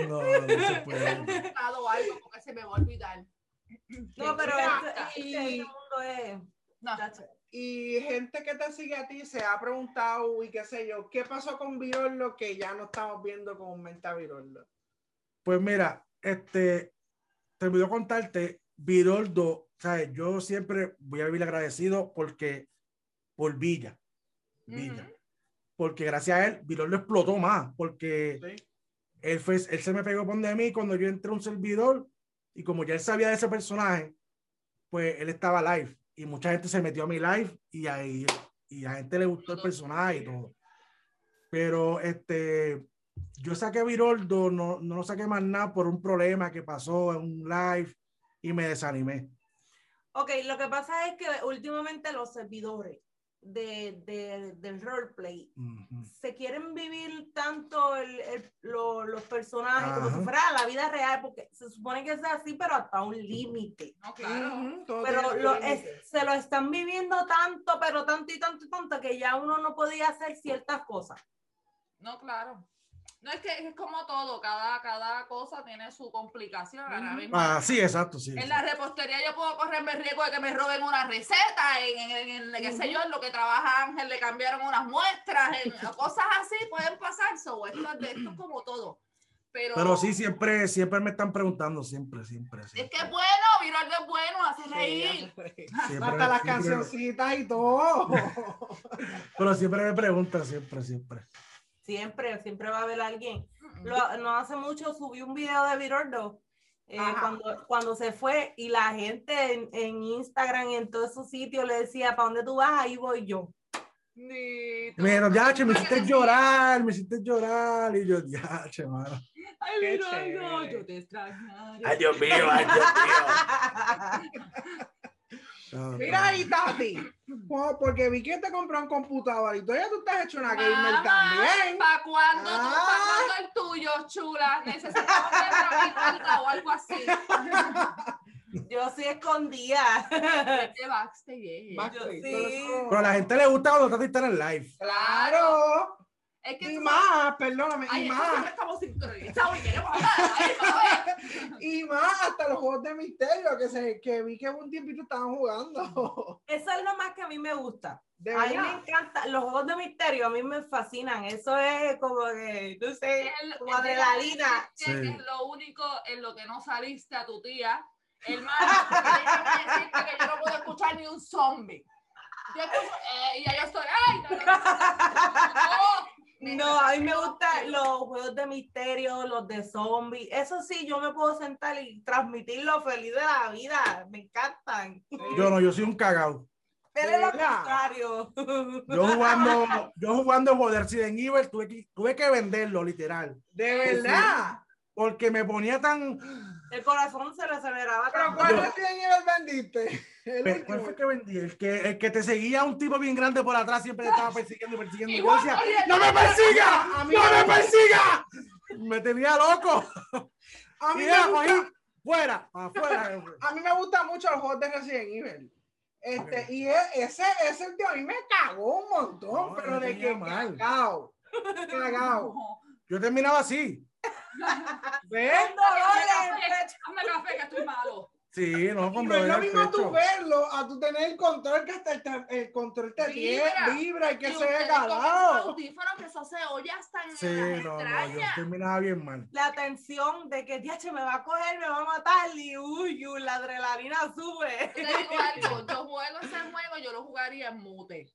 D: No, no se puede.
B: gustado algo porque se me va a olvidar.
E: No, pero
B: Exacto.
E: esto- este, este mundo es.
B: No,
A: Y gente que te sigue a ti se ha preguntado y qué sé yo, ¿qué pasó con Virolo que ya no estamos viendo comúnmente a Virolo?
D: Pues mira, este, te olvidó contarte, Viroldo, ¿sabes? Yo siempre voy a vivir agradecido porque, por Villa, Villa.
B: Ujú.
D: Porque gracias a él, Viroldo explotó más, porque
A: ¿Sí?
D: él, fue, él se me pegó con de mí cuando yo entré a un servidor y como ya él sabía de ese personaje, pues él estaba live y mucha gente se metió a mi live y ahí y a la gente le gustó el personaje y todo. Pero este yo saqué a Viroldo, no, no lo saqué más nada por un problema que pasó en un live y me desanimé.
E: Ok, lo que pasa es que últimamente los servidores de, de- del roleplay
D: Ujú.
E: se quieren vivir tanto el- el- lo- los personajes como
D: Ajá.
E: si fuera la vida real, porque se supone que es así, pero hasta un límite.
B: no, claro.
A: Ujú, todo
E: Pero
A: tiene su
E: lo-
A: límite.
E: es- se lo están viviendo tanto, pero tanto y tanto y tanto que ya uno no podía hacer ciertas cosas.
B: No, claro. No, es que es como todo, cada, cada cosa tiene su complicación. Ahora
A: Ujú.
B: mismo,
D: Ah, sí, exacto, sí.
B: En la repostería yo puedo correrme el riesgo de que me roben una receta, en, en, en- en- qué sé yo, en lo que trabaja Ángel le cambiaron unas muestras, en, cosas así pueden pasar, so, esto, es de- esto es como todo. Pero,
D: Pero sí, siempre, siempre me están preguntando, siempre, siempre.
B: es
D: siempre.
B: que es bueno, Viroldo es bueno, hace reír.
D: Siempre-
A: Hasta las
D: siempre-
A: cancioncitas y todo.
D: Pero siempre me preguntan, siempre, siempre.
E: Siempre, siempre va a haber alguien.
B: Mm,
E: Lo- no hace mucho subí un video de Virordo eh,
A: Ajá.
E: cuando, cuando se fue y la gente en, en Instagram y en todos esos sitios le decía, ¿para dónde tú vas? Ahí voy yo.
B: ni todo.
D: Mira, ya, che, me
B: Para que
D: hiciste
B: te-
D: llorar, me hiciste llorar. Y yo, ya, che, mano.
B: Ay,
A: Qué
B: Viroldo,
A: chévere.
B: yo te extrañaré.
D: Dios mío, ay, Dios
A: Mira ahí, Tati. Wow, porque vi que te compró un computador y todavía tú estás hecho una gamer también.
B: ¿Para cuándo tú? ¿Para
A: Ah.
B: cuándo el tuyo, chula? Necesitamos que abra mi puerta o algo así.
E: Yo sí escondía.
B: Te vas, te llegué.
A: Más
E: Yo
A: que-
E: sí.
A: pero eso-
D: Pero a la gente le gusta cuando Tati está en el live.
A: Claro.
B: Es que
A: Y
B: tú
A: más, perdóname,
B: Ay,
A: y
B: esto siempre
A: más,
B: estamos sincronizados y queremos hablar. Ay, vamos a ver.
A: y más hasta los juegos de misterio que se que vi que un tiempito estaban jugando.
E: Eso es lo más que a mí me gusta.
A: De
E: A mí me
A: verdad.
E: encanta, los juegos de misterio a mí me fascinan. Eso es como que, no sé,
B: El-
E: como
B: el de la
E: adrenalina.
B: leche
D: Sí.
B: Es lo único en lo que no saliste a tu tía. Hermano, déjame decirte que yo no puedo escuchar ni un zombie. Yo escucho, eh, y ya yo estoy, ay, no, no, no, no, no, no.
E: No, a mí me gustan los juegos de misterio, los de zombies. Eso sí, yo me puedo sentar y transmitir lo feliz de la vida. Me encantan.
D: Yo no, yo soy un cagao.
E: Pero es lo
A: ¿Verdad?
E: contrario.
D: Yo jugando, yo jugando el juego de Resident Evil, tuve que, tuve que venderlo, literal.
A: De verdad.
D: Porque me ponía tan.
E: El corazón se le aceleraba.
A: Pero
E: tanto.
A: ¿cuál
D: Yo- Pues,
A: recién nivel vendiste? El último.
D: ¿Cuál fue el que vendí? El que, el que te seguía un tipo bien grande por atrás, siempre te estaba persiguiendo y persiguiendo. Yo
B: Igual
D: decía,
B: corriendo.
D: ¡No me persiga!
A: A
D: ¡No
A: mí me
D: me
A: gusta.
D: persiga! Me tenía loco.
A: A mí
D: Mira,
A: me gusta-
D: cogí, fuera, eh, afuera.
A: a mí me gusta mucho el juego de Resident Evil. Este, Y e- ese, ese tío a mí me cagó un montón,
D: No,
A: pero
D: no
A: de
D: tenía
A: que
D: mal.
A: cagao. Cagao.
B: No.
D: Yo terminaba así.
A: ¿Ves?
E: Dolores, pecho.
B: Hazme café que estoy malo.
D: Sí, no,
A: Y
D: con
A: no es
D: dolor
A: lo
D: al
A: mismo tú
D: pecho.
A: verlo a tú tener el control que hasta el, te- el control te tiene,
B: Vibra.
A: vibra y que
B: Y
A: se
B: ustedes
A: ve
B: con esos
A: cagao.
B: audífonos que eso se oye hasta en
D: Sí,
B: las
D: no, no, yo
B: entrañas.
D: terminaba bien mal.
E: La tensión de que, diache, me va a coger, me va a matar. Y uy, uy, la adrenalina sube.
B: Yo te digo algo, yo juego ese juego, yo lo jugaría en mute.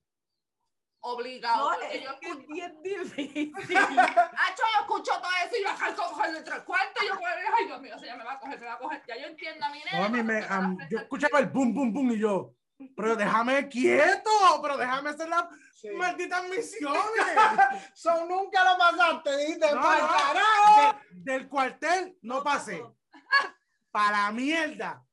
B: Obligado.
E: No,
B: Ah, porque
E: es
B: yo,
E: que es
B: escucho,
E: bien difícil.
B: Acho, yo escucho todo eso y yo acá cogerlo entre el cuarto y yo ay Dios mío, se ya me va a coger, me va a coger. Ya yo entiendo a mi nena.
D: No, a mí me,
B: cuando
D: a mí-
B: se
D: yo
B: la-
D: escuchaba el boom, boom, boom y yo, pero déjame quieto, pero déjame hacer las
A: Sí.
D: malditas misiones.
A: Son nunca lo pasaste, dijiste, "Pues,
D: No,
A: "Pa'l
D: no.
A: carajo".
D: De- del cuartel no pasé. Para la mierda.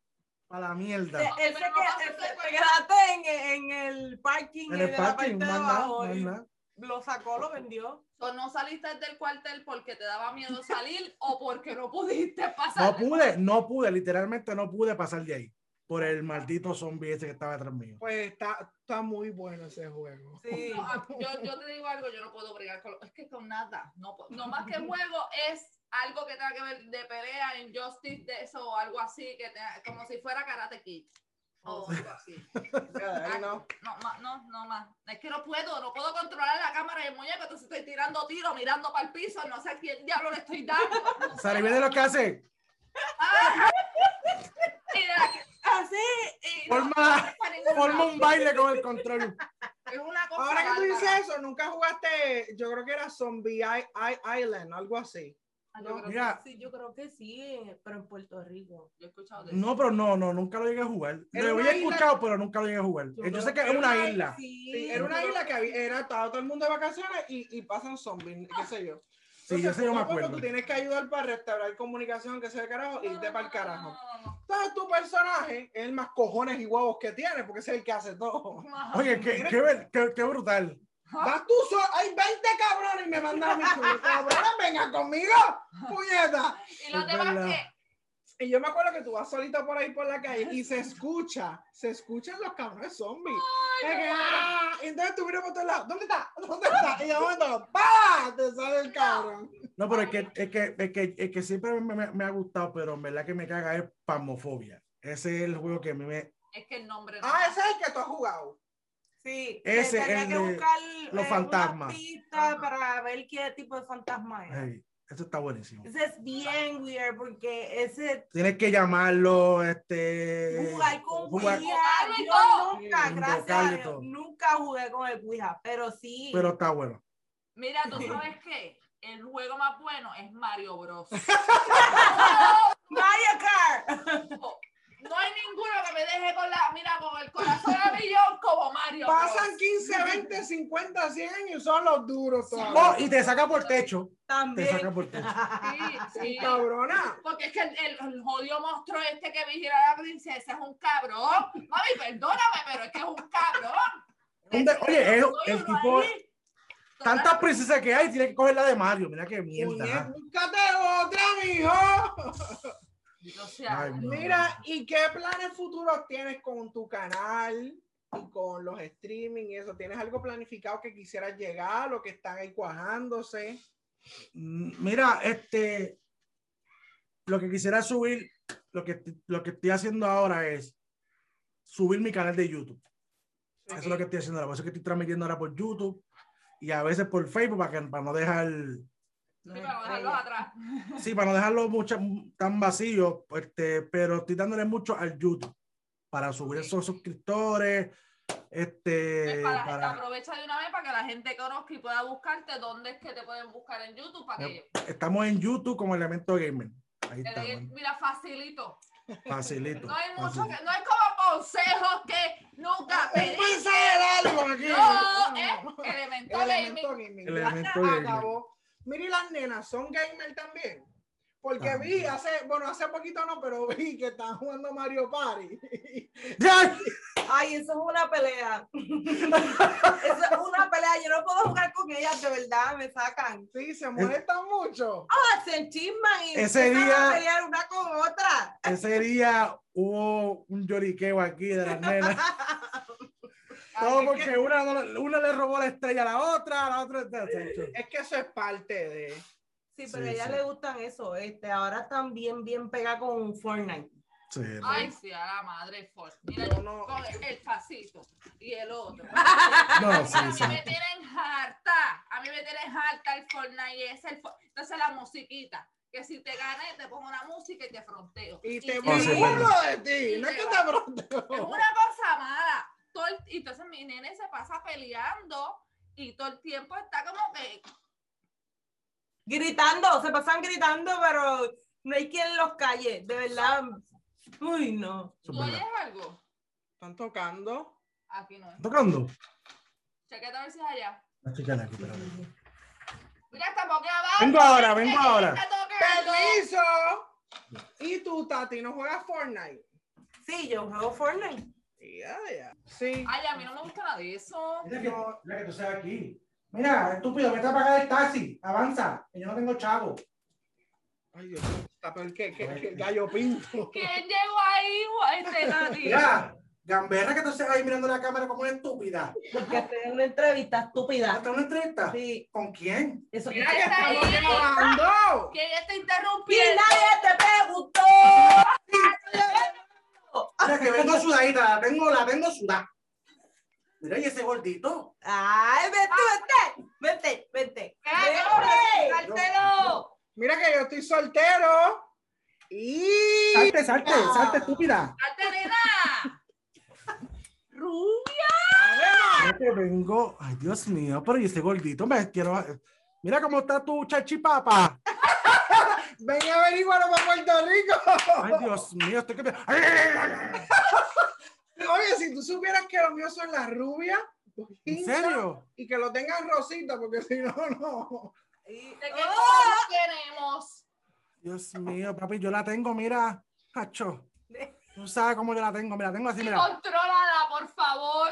D: Para la mierda.
E: Él se
B: pero no pasa
E: que- él se-
B: nada.
E: se quedaste en, en el parking,
D: En
E: en
D: el
E: la
D: parking,
E: parte de
D: más nada,
E: abajo,
D: más
E: y
D: nada.
E: Lo sacó, lo vendió.
B: O no saliste del cuartel porque te daba miedo salir o porque no pudiste pasar.
D: No pude, no pude, literalmente no pude pasar de ahí. Por el maldito zombie ese que estaba detrás mío.
A: Pues está, está muy bueno ese juego.
E: Sí.
B: No, a- yo, yo te digo algo, yo no puedo bregar con lo- es que con nada, no, po- no más que juego es algo que tenga que ver de pelea, Injustice, de eso, o algo así, que tenga- como si fuera Karate Kid. O algo así.
A: Nada, ahí no.
B: No, ma- no, no más. Es que no puedo, no puedo controlar la cámara y el muñeco, entonces estoy tirando tiros, mirando para el piso, no sé a quién diablo le estoy dando.
D: Sale bien de lo que hace.
B: Ah, y de la que-
E: Ah,
B: así,
E: eh,
B: y no,
D: Forma,
B: para ningún
D: forma
B: lado.
D: un baile con el control.
B: Es una cosa
A: Ahora que tú dices
B: bárbara.
A: eso, nunca jugaste, yo creo que era Zombie I- I- Island, algo así.
B: Ah, yo creo que
D: Mira.
E: Sí, yo creo que sí, eh, pero en Puerto Rico.
B: yo he escuchado de eso.
D: No, pero no, no, nunca lo llegué a jugar.
A: Era
D: Lo
A: una
D: había
A: isla.
D: escuchado, pero nunca lo llegué a jugar. Yo sé que es
E: Era
D: una isla.
E: Sí,
A: Sí, era una isla que había- era, estaba todo el mundo de vacaciones y, y pasan zombies, qué sé yo.
D: Sí,
A: Entonces,
D: ese yo
A: poco
D: me
A: a poco
D: acuerdo.
A: Tú tienes que ayudar para restaurar comunicación, que sea el carajo, e
B: No,
A: irte
B: no,
A: para el
B: no,
A: carajo.
B: no, no, no.
A: Entonces tu personaje es el más cojones y huevos que tiene, porque ese es el que hace todo.
D: Oye, qué, qué, ver- qué- qué brutal.
A: Vas tú solo, hay 20 cabrones y me mandan a mi chulo. Cabrones, venga conmigo, puñeta.
B: Y los
D: Es
B: demás
D: verdad.
B: que
A: Y yo me acuerdo que tú vas solito por ahí por la calle y se escucha, se escuchan los cabrones zombies. Es que, ¡ah! Y entonces tú miras por todos lados, ¿dónde está? ¿Dónde está? Y de momento, ¡pa! Te sale el cabrón.
D: No, pero es que, es que, es que, es que siempre me, me- me ha gustado, pero en verdad que me caga es Pamofobia. Ese es el juego que a mí me.
B: es que el nombre no.
A: Ah, ese es el que tú has jugado.
E: Sí,
D: Ese,
E: que tenía
D: el
E: que
D: de
E: buscar
D: los
E: eh,
D: fantasmas.
E: una pista para ver qué tipo de fantasma es.
D: ay, eso está buenísimo.
E: Ese es bien weird porque ese
D: Tienes que llamarlo, este.
E: jugar con
D: jugar-
E: Ouija,
B: Jugarlo y
E: yo
B: todo.
E: nunca,
D: Mm,
E: gracias a
D: invocarlo y
E: Dios,
D: todo.
E: nunca jugué con el Ouija, pero sí.
D: Pero está bueno.
B: Mira, tú sabes qué? El juego más bueno es Mario Bros.
E: Mario Kart.
B: No hay ninguno que me deje con la, mira, con el corazón a millón como Mario. Bros.
A: Pasan 15, 20, 50, 100 y son los duros
D: Oh,
A: todavía.
D: y te saca por techo. Te saca
E: También.
D: por techo.
B: Sí, sí.
A: Cabrona.
B: Porque es que el, el- el jodido monstruo este que vigila a la princesa es un cabrón. Mami, perdóname, pero es que es un cabrón.
D: ¿Dónde- Oye, el,
B: Soy
D: el
B: uno
D: tipo.
B: ahí.
D: Tantas princesas que hay, tienes que coger la de Mario. Mira qué
A: Puñe-
D: mierda.
A: Búscate otra, mijo.
B: O sea,
D: Ay, no.
A: Mira, ¿y qué planes futuros tienes con tu canal y con los streaming y eso? ¿Tienes algo planificado que quisieras llegar o que están ahí cuajándose?
D: Mm, Mira, este, lo que quisiera subir, lo que, lo que estoy haciendo ahora es subir mi canal de YouTube. Eso es lo que estoy haciendo ahora. Por eso es que estoy transmitiendo ahora por YouTube y a veces por Facebook para, que- para no dejar,
B: sí, para dejarlos atrás.
D: sí, para no dejarlo mucha- tan vacío, este, pero estoy dándole mucho al YouTube para subir esos suscriptores,
B: Pues
D: este,
B: para la gente,
D: para,
B: aprovecha de una vez para que la gente conozca y pueda buscarte dónde es que te pueden buscar en YouTube para
D: Em,
B: que
D: estamos en YouTube como Elemento Gamer. Ahí
B: te den-
D: estamos,
B: mira facilito.
D: facilito.
B: No hay mucho
D: facilito.
B: que, no hay como consejos que nunca
A: Un
B: pedí.
A: mensaje de algo aquí.
B: No, eh,
A: No.
D: eh,
B: es elemento
A: Elemento
B: gaming.
A: gaming. Ya
D: Elemento gaming.
A: Acabó. Mira, y las nenas son gamer también. Porque vi
D: También.
A: hace, bueno, hace poquito no, pero vi que están jugando Mario Party.
D: ¡Ya!
E: Ay, eso es una pelea. eso es una pelea. Yo no puedo jugar con ellas, de verdad, me sacan.
A: Sí, se molestan mucho.
E: Ah, se enchisman y
D: Ese
E: empiezan
D: día-
E: a pelear una con otra.
D: Ese día hubo un lloriqueo aquí de las nenas. Todo
A: Así que-
D: porque una, no le- una le robó la estrella a la otra, a la otra.
A: Es que eso es parte de.
E: Sí, pero
D: Sí,
E: a ellas
D: sí.
E: le gustan eso. Este, ahora están bien, bien pegadas con Fortnite.
D: Sí,
B: Ay, sí, a la madre Ford. Mira,
A: Yo
B: yo
A: no-
B: con el facito y el otro.
D: No, sí,
B: a mí
D: sí.
B: me tienen harta. A mí me tienen harta el Fortnite y es el Fo- Entonces la musiquita. Que si te gané, te pongo una música y te fronteo.
A: Y te
D: Ah, sí, es
A: burlo de
B: Y
A: ti. No es
B: te
A: que
B: va-
A: te
B: Es
A: broteo.
B: una cosa mala. Todo el- y entonces mi nene se pasa peleando y todo el tiempo está como que.
E: gritando, se pasan gritando, pero no hay quien los calle, de verdad. Uy, no.
D: Eso es
B: ¿Tú oyes
D: verdad.
B: algo?
A: Están tocando.
B: Aquí no es.
D: ¿Tocando?
B: Chequete a ver si es allá.
D: La chica de aquí, espérate.
B: Mira, está boqueada abajo.
D: Vengo ahora,
B: ¿Qué
D: vengo
B: te
D: ahora.
B: está tocando?
A: ¡Permiso! ¿Y tú, Tati, no juegas Fortnite?
E: Sí, yo juego Fortnite.
A: Ya, ya. Sí.
B: Ay, a mí no me gusta nada de eso.
D: Mira que, mira que tú seas aquí. Mira, estúpido, vete a pagar el taxi. Avanza, que yo no tengo chavo.
A: Ay, Dios mío, está peor que, que- que el gallo pinto.
B: ¿Quién llegó ahí? Este Nati.
D: Mira, Gamberra que entonces ahí mirando la cámara como una estúpida.
E: Porque es una entrevista estúpida.
D: ¿Hasta una entrevista?
E: Sí,
D: ¿Con quién?
E: eso.
B: Mira, ya está
A: Estamos
B: ahí.
A: grabando.
B: ¿Quién está
E: Y
B: interrumpiendo?
E: nadie te preguntó.
D: Mira que vengo sudadita, la tengo, la tengo sudada. Mira, y ese gordito.
E: Ay, vente, vente, vente, vente.
B: Mira,
E: Vente.
B: corre, ¡Suéltelo!
A: Mira que yo estoy soltero. Y.
D: Salte, salte, salte, estúpida.
B: ¡Atenida! ¡Rubia!
D: Mira que vengo. Ay, Dios mío, pero y ese gordito me quiero. Mira cómo está tu chachipapa.
A: Ven y averígualo para Puerto
D: Ay,
A: Rico.
D: Dios mío, estoy que me- Ay, ay, ay, ay.
A: Oye, si tú supieras que los míos son las rubias.
D: ¿En
A: pintas,
D: serio?
A: Y que lo tengan rosita, porque si no, no.
E: Y-
B: ¿De qué
E: ¡Oh!
B: color lo tenemos?
D: Dios mío, papi, yo la tengo, mira, cacho. Tú sabes cómo yo la tengo, mira, la tengo así, mira.
B: Contrólala, por favor.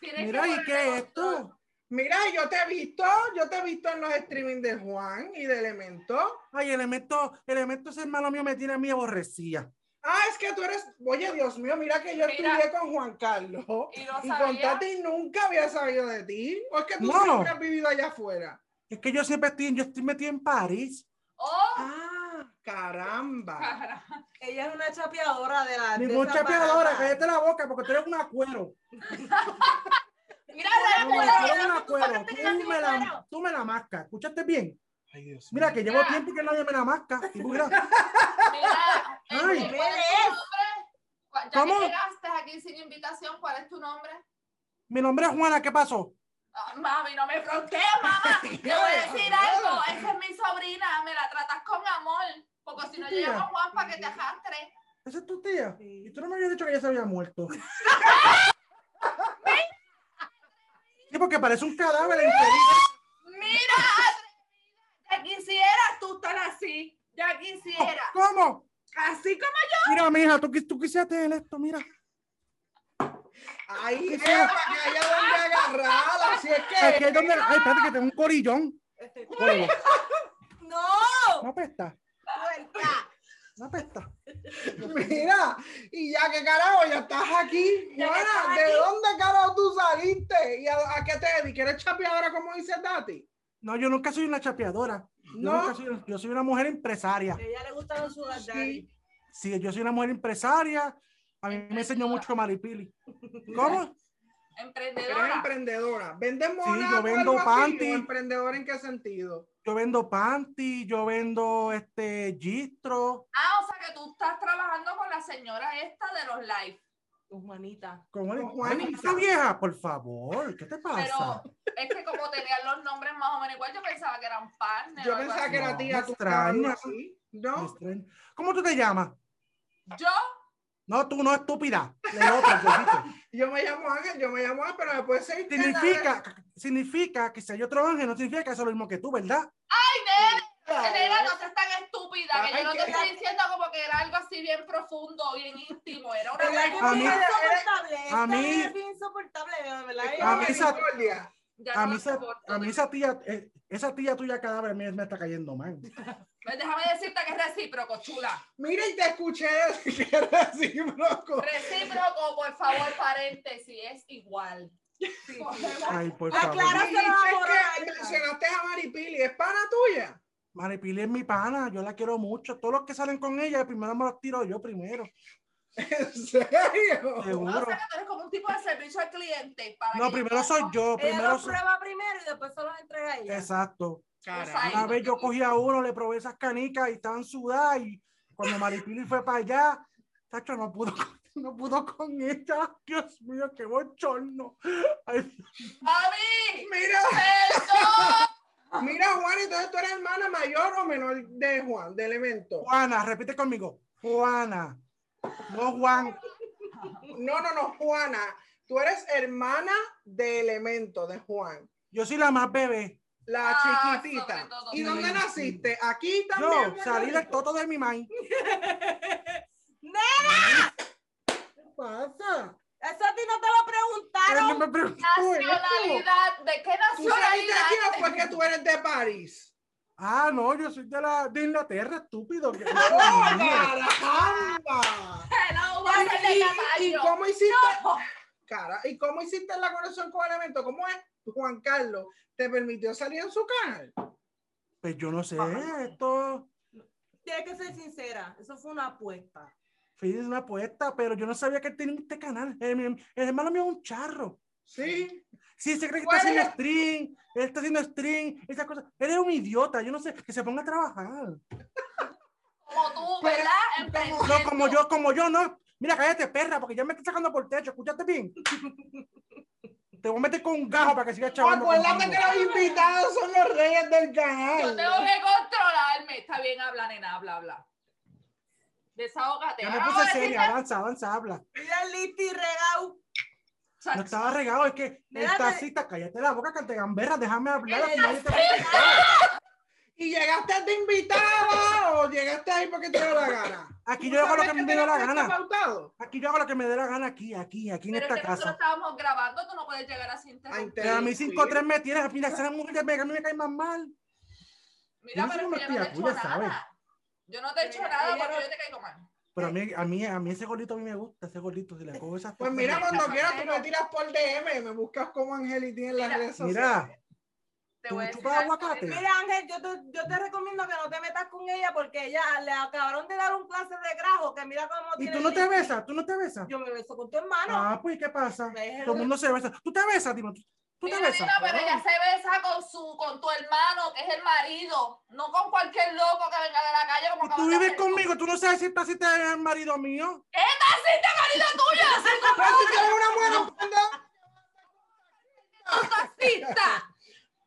B: Tienes
D: Mira,
B: que
D: ¿y qué es
B: ponerle control.
D: esto?
A: Mira, yo te he visto, yo te he visto en los streaming de Juan y de Elemento.
D: Ay, elemento, elemento ese hermano mío me tiene a mí aborrecía.
A: Ah, es que tú eres. Oye, Dios mío, mira que yo
B: Mira.
A: estudié con Juan Carlos.
B: Y no
A: Y
B: sabía.
A: con Tati nunca había sabido de ti. O es que tú
D: No.
A: siempre has vivido allá afuera.
D: Es que yo siempre estoy, yo estoy metido en París.
B: ¡Oh!
A: Ah, caramba.
B: cara.
E: Ella es una chapeadora de la. de
D: Ningún
E: esas
D: chapeadora,
E: baratas.
D: cállate la boca porque tú eres un acuero.
B: Mira,
D: Tú eres un acuero,
B: sácate
D: tú me la,
B: acuero.
D: tú me la mascas, escúchate bien.
A: Ay, Dios mío.
D: Mira que llevo
B: Ya.
D: tiempo que nadie me la masca. Y tú, mira,
B: mira, este, ¿cuál es
D: Ay.
B: tu nombre? Cu- Ya
D: ¿Cómo?
B: que llegaste aquí sin invitación, ¿cuál es tu nombre?
D: mi nombre es Juana, ¿qué pasó?
B: Ah, mami, no me frontees, mamá. Te voy a decir algo. Esa es mi sobrina. Me la tratas con amor. Porque si no, yo
D: Tía.
B: llamo a Juan para que te arrastre.
D: Esa es tu tía. Y tú no me habías dicho que ella se había muerto. Sí, porque parece un cadáver enterito.
B: Mira, ya quisieras tú estar así. Ya quisiera.
D: ¿Cómo?
B: Así como
D: Mira, mija, tú, quis- tú quisieras tener esto, mira.
A: Ahí es, para que haya donde agarrarla. Así es
D: Aquí
A: que.
D: es donde. Ay, espérate que tengo un corillón. Código.
E: ¡No!
D: No apesta,
E: ¡Suelta!
D: no apesta.
A: Mira, y ya que carajo, ya estás aquí.
B: Ya que
A: Juana,
B: estás
A: ¿de
B: aquí.
A: dónde carajo tú saliste? ¿Y a, a qué te dedicas? ¿Eres chapeadora como dice Tati?
D: No, yo nunca soy una chapeadora. Yo,
A: No.
D: nunca soy, yo soy una mujer empresaria.
E: A ella le gustan los sugar daddy.
A: Sí.
D: Sí, yo soy una mujer empresaria. A mí me enseñó mucho Maripili. ¿Cómo?
A: Eres
B: emprendedora.
A: emprendedora. ¿Vendes monas?
D: yo
A: o
D: vendo
A: algo así?
D: panty.
A: ¿O ¿Emprendedora en qué sentido?
D: Yo vendo panty, yo vendo este gistro
B: Ah, o sea que tú estás trabajando con la señora esta de los live.
E: Tus manitas.
D: ¿Cómo le-
A: Con Juanita.
D: Ay, esa vieja, por favor, ¿qué te pasa?
B: Pero es que como tenían los nombres más o menos igual, yo pensaba que eran partners.
A: Yo
B: o algo
A: pensaba que era
D: No,
A: tía. tú,
D: extraño.
A: algo así.
D: Me
A: ¿No?
D: extraña. ¿Cómo tú te llamas?
B: así. Yo,
D: No, tú no, estúpida. El otro, el gordito.
A: Yo me llamo Ángel, yo me llamo Ángel, pero después se
D: significa, significa que si hay otro ángel, no significa que sea lo mismo que tú, ¿verdad?
B: ay, nene, nena, no seas tan estúpida, que
A: Ay,
B: yo no te
A: que-
B: estoy diciendo como que era algo así bien profundo, bien íntimo. Era una
E: Ella es
B: cosa-
D: A mí-
E: bien insoportable.
D: a
E: Esta
D: mí-
E: nena es bien insoportable, de verdad.
D: A mí
E: Ella-
D: esa-
A: Discordia.
B: Ya no
D: A mí,
B: la
D: esa,
B: soporto.
D: a mí esa tía, eh, esa tía tuya cadáver a mí me está cayendo mal.
B: Pues Déjame decirte que es recíproco, chula.
A: Mira, y te escuché decir que eres recíproco.
B: Recíproco, por favor, paréntesis, es igual.
D: Ay, por
E: Ah,
D: favor.
E: claro.
A: Y dices
E: ahora,
A: que
E: hija.
A: mencionaste a Maripili, ¿es pana tuya?
D: Maripili es mi pana, yo la quiero mucho. Todos los que salen con ella, primero me los tiro yo primero.
A: ¿En serio?
B: O
D: Seguro.
B: sea que tú eres como un tipo de servicio al cliente. Para
D: No,
B: que-
D: primero soy yo,
E: Ella
D: primero
E: los
D: soy.
E: prueba primero y después se los entrega a ella.
D: Exacto.
B: Caramba.
D: Una vez yo cogí a uno, le probé esas canicas y estaban sudadas y cuando Maripili fue para allá, Tacho no pudo, con- no pudo con ella. Dios mío, qué bochorno. Ay,
B: ¡Mami!
A: Mira,
B: ¡Perdón!
A: mira, Juan, entonces tú eres hermana mayor o menor de Juan, de Elemento.
D: Juana, repite conmigo. Juana. No Juan.
A: No, no, no, Juana. Tú eres hermana de Elemento, de Juan.
D: Yo soy la más bebé.
A: La
B: Ah, sobre
A: chiquitita.
B: todo.
A: ¿Y dónde
D: Sí,
A: naciste? Aquí también.
D: Yo
A: Puerto
D: salí del
A: Rico?
D: toto de mi mãe. ¿Qué pasa?
E: Eso a ti no te lo
D: Pero no
E: preguntaron.
D: Pues me preguntó eso.
B: Nacionalidad. ¿De qué
A: ¿Tú saliste
B: nacionalidad?
A: aquí o fue que tú eres de París?
D: Ah, no, yo soy de, la, de Inglaterra, estúpido. que-
A: ¡Oh, caramba!
B: Hello,
E: Ya
B: hacer de
A: ¿Y, y- y
B: Cataño.
A: cómo hiciste?
B: No.
A: Cara, ¿y cómo hiciste la conexión con Elemento? ¿Cómo es? Juan Carlos, ¿te permitió salir en su canal?
D: Pues yo no sé,
B: Ajá.
D: esto
E: Tienes que ser sincera, eso fue una apuesta.
D: fue una apuesta, pero yo no sabía que él tenía este canal. El, el hermano mío es un charro.
A: Sí.
D: Sí, se cree que
A: ¿Cuál
D: está haciendo
A: es?
D: stream, él está haciendo stream, esas cosas. Él es un idiota, yo no sé, que se ponga a trabajar.
B: Como tú,
A: Pero-
B: ¿verdad? Emprendiendo.
D: No, como yo, como yo, no. Mira, cállate, perra, porque ya me estás sacando por techo, escúchate bien. Te voy a meter con un gajo para que sigas chavando.
A: Acuérdate
D: conmigo.
A: que los invitados son los reyes del
B: Yo tengo
A: canal.
B: que controlarme. Está bien, habla, nena, habla, habla. Desahógate.
D: Ya me
B: Ahora
D: puse
B: Ah, sí
D: seria,
B: que-
D: avanza, avanza, habla.
E: Mira el listi regao.
D: No estaba regado, es que el
E: Mira, te-
D: taxista, cállate la boca, gamberra, déjame hablar. al
E: El
D: final yo te-
A: Y llegaste de invitado o llegaste ahí porque te dio la gana.
D: Aquí yo hago lo que me dé la gana.
A: Pautado?
D: Aquí yo hago lo que me dé la gana, aquí, aquí, aquí en
B: Pero es
D: esta
B: que nosotros
D: casa.
B: estábamos grabando, tú no puedes llegar así. interrumpir.
A: Ante-
D: Pero a mí
A: Sí.
D: 5-3 me tienes, al final esa mujer me, a mí me cae más mal.
B: Mira,
D: Yo no
B: pero es
D: soy
B: que yo no te he
D: Matías, tú
B: hecho
D: ya sabes.
B: nada. Yo no te he hecho
E: Mira,
B: nada
E: ella
B: porque
E: no-
B: yo te caigo mal.
D: Pero a mí, a mí, a mí ese golito a mí me gusta, ese golito, si le cojo esas
A: Pues
D: cosas,
A: mira,
D: me-
A: cuando quieras tú me tiras por DM, me buscas como Angelita en las
B: Mira,
A: redes sociales.
D: Mira,
B: Te
D: ¿Tú
B: voy a decir
D: chupas
B: algo,
D: aguacate?
B: nena.
E: Mira, Ángel, yo te, yo te recomiendo que no te metas con ella porque ella le acabaron de dar un clase de grajo que mira cómo
D: y
E: tiene
D: tú
E: el
D: no te
E: listi.
D: besas, tú no te besas.
E: Yo me beso con tu hermano.
D: Ah, pues, ¿y ¿qué pasa?
E: Déjelo.
D: Todo el mundo se besa. Tú te besas, Dimo. Tú tú te
B: Mira,
D: besas.
B: nena, pero ella
D: cabrón.
B: se besa con su, con tu hermano, que es el marido, no con cualquier loco que venga de la calle como
D: Y tú
B: acaban de
D: vives
B: hacer.
D: conmigo, tú no sabes si esta cita es el marido mío.
B: ¡Esta sí es marido tuya! ¡Sí,
A: Pero Pues, si tienes una buena ofrenda,
B: tú taxista!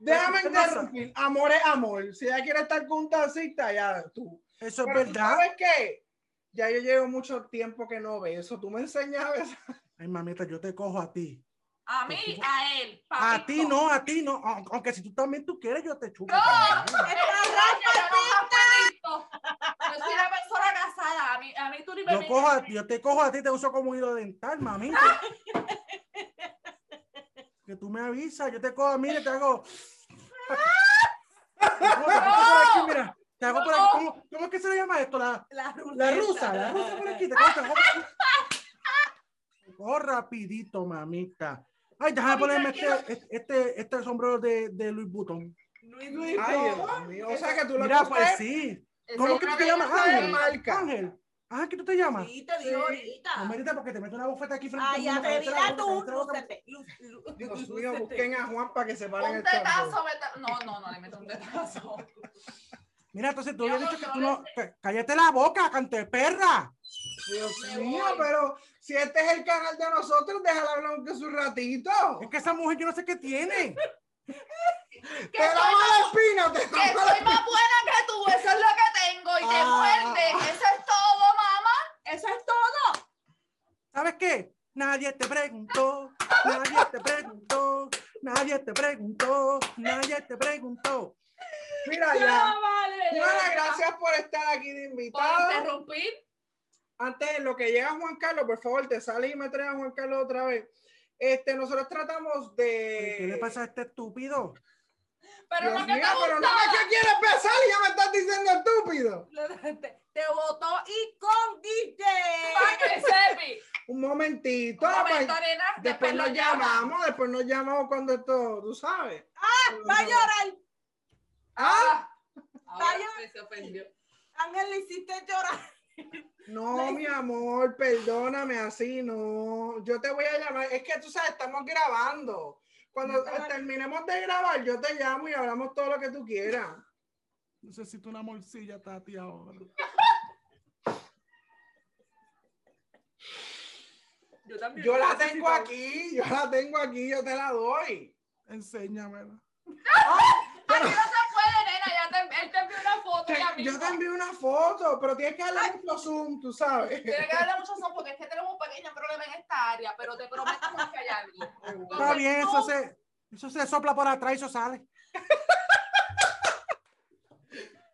A: déjame
D: ¿Qué pasa?
A: interrumpir. Amor es amor. Si ella quiere estar con un taxista, ya tú.
D: Eso es
A: Pero tú
D: verdad.
A: ¿Sabes qué? Ya yo llevo mucho tiempo que no beso. Tú me enseñas a besar.
D: Ay, mamita, yo te cojo a ti.
B: A mí, a él,
D: A
B: papito.
D: ti no, a ti no. Aun- Aunque si tú también tú quieres, yo te chupo.
B: ¡No!
D: cabrón.
B: ¡Esta rafa, Yo soy una persona casada, a mí, a mí tú ni me
D: Yo,
B: miras.
D: cojo a ti, yo te cojo a ti, te uso como hilo dental, mamita. que tú me avisas, yo te cojo, mire, te hago. Te cojo, te cojo por aquí, mira. Te hago por aquí. ¿Cómo, cómo es que se le llama esto? La,
E: La rusa.
D: La rusa, la rusa por aquí. Te cojo, te cojo, te cojo. Te cojo rapidito, mamita. Ay, déjame ponerme este, este, este sombrero de, de Luis Butón.
E: Luis, Luis,
A: Ay,
E: no.
A: Dios mío. O sea que tú lo
D: Mira,
A: que
D: pues
A: usas
D: sí.
B: Eso
D: ¿Cómo
B: es
D: que
B: una
D: tú te llamas
B: belleza de
A: es
D: Ángel?
B: mar-
A: marca.
D: Ángel. Ah, ¿qué tú te llamas?
E: Sí, te digo
A: Sí.
D: No,
E: ahorita.
D: merita, porque te meto una bofeta aquí frente
E: Ay,
D: a
E: ya
D: mí,
E: te
D: me
E: vi
D: parece la
E: la
D: boca,
E: tú.
D: me parece la boca.
E: lúcete, lú- lú-
A: Dios mío,
E: lúcete.
A: busquen a Juan para que se paren
B: Un
D: este
A: el chavo.
B: tetazo, me- no, no, no le meto un tetazo.
D: Mira, entonces tú
B: Yo
D: habías
B: no-
D: dicho que
B: yo
D: tú
B: no
D: no. ca- Cállate la boca, cante perra.
A: Dios
B: Me
A: mío,
B: voy.
A: pero si este es el canal de nosotros, déjala hablar aunque su ratito.
D: Es que esa mujer yo no sé qué tiene.
A: Te damos
B: soy
A: la espina, te
B: Que
A: damos la
B: soy más buena que tú, eso es lo que tengo y te
A: Ah.
B: muerde. Eso es todo, mamá. Eso es todo.
D: ¿Sabes qué? Nadie te preguntó, nadie te preguntó, nadie te preguntó, nadie te preguntó.
A: Mira ya.
B: No, vale.
A: Joana, gracias por estar aquí de
B: Por
A: invitado.
B: interrumpir.
A: antes de lo que llega Juan Carlos, por favor, te sale y me trae a Juan Carlos otra vez. Este, nosotros tratamos de.
D: ¿Qué le pasa a este estúpido?
B: Pero
A: Dios
B: no que
A: mío,
B: te
A: pero no
B: gustaba.
A: es que quieres empezar y ya me estás diciendo estúpido.
E: Te- Te votó y con DJ.
B: Para que sepi.
A: Un momentito.
B: Un
A: pues,
B: momento, nena,
A: después nos llamamos, después nos llamamos cuando esto, tú sabes. Ah,
E: Va a llorar.
A: Ah,
B: Ahora
E: Vaya.
B: sí se ofendió.
E: Ángel, le hiciste llorar.
A: no, mi amor, perdóname así, no. Yo te voy a llamar. Es que tú sabes, estamos grabando. Cuando eh,
E: Ajá.
A: terminemos de grabar, yo te llamo y hablamos todo lo que tú quieras.
D: Necesito una morcilla, Tati, ahora.
B: Yo también.
A: Yo la tengo aquí, yo la tengo aquí, yo te la doy.
D: Enséñamela.
B: Aquí no se puede, nena. Ya te, él te envió una foto. ya
A: Te- yo
B: mismo.
A: te envío una foto, pero tienes que darle mucho zoom, tú sabes.
B: Tiene que darle mucho son porque es que tenemos un pequeño problema en esta área, pero te prometemos que hay algo.
D: Está
B: Entonces,
D: bien,
B: tú-
D: eso se, eso se sopla por atrás y eso sale.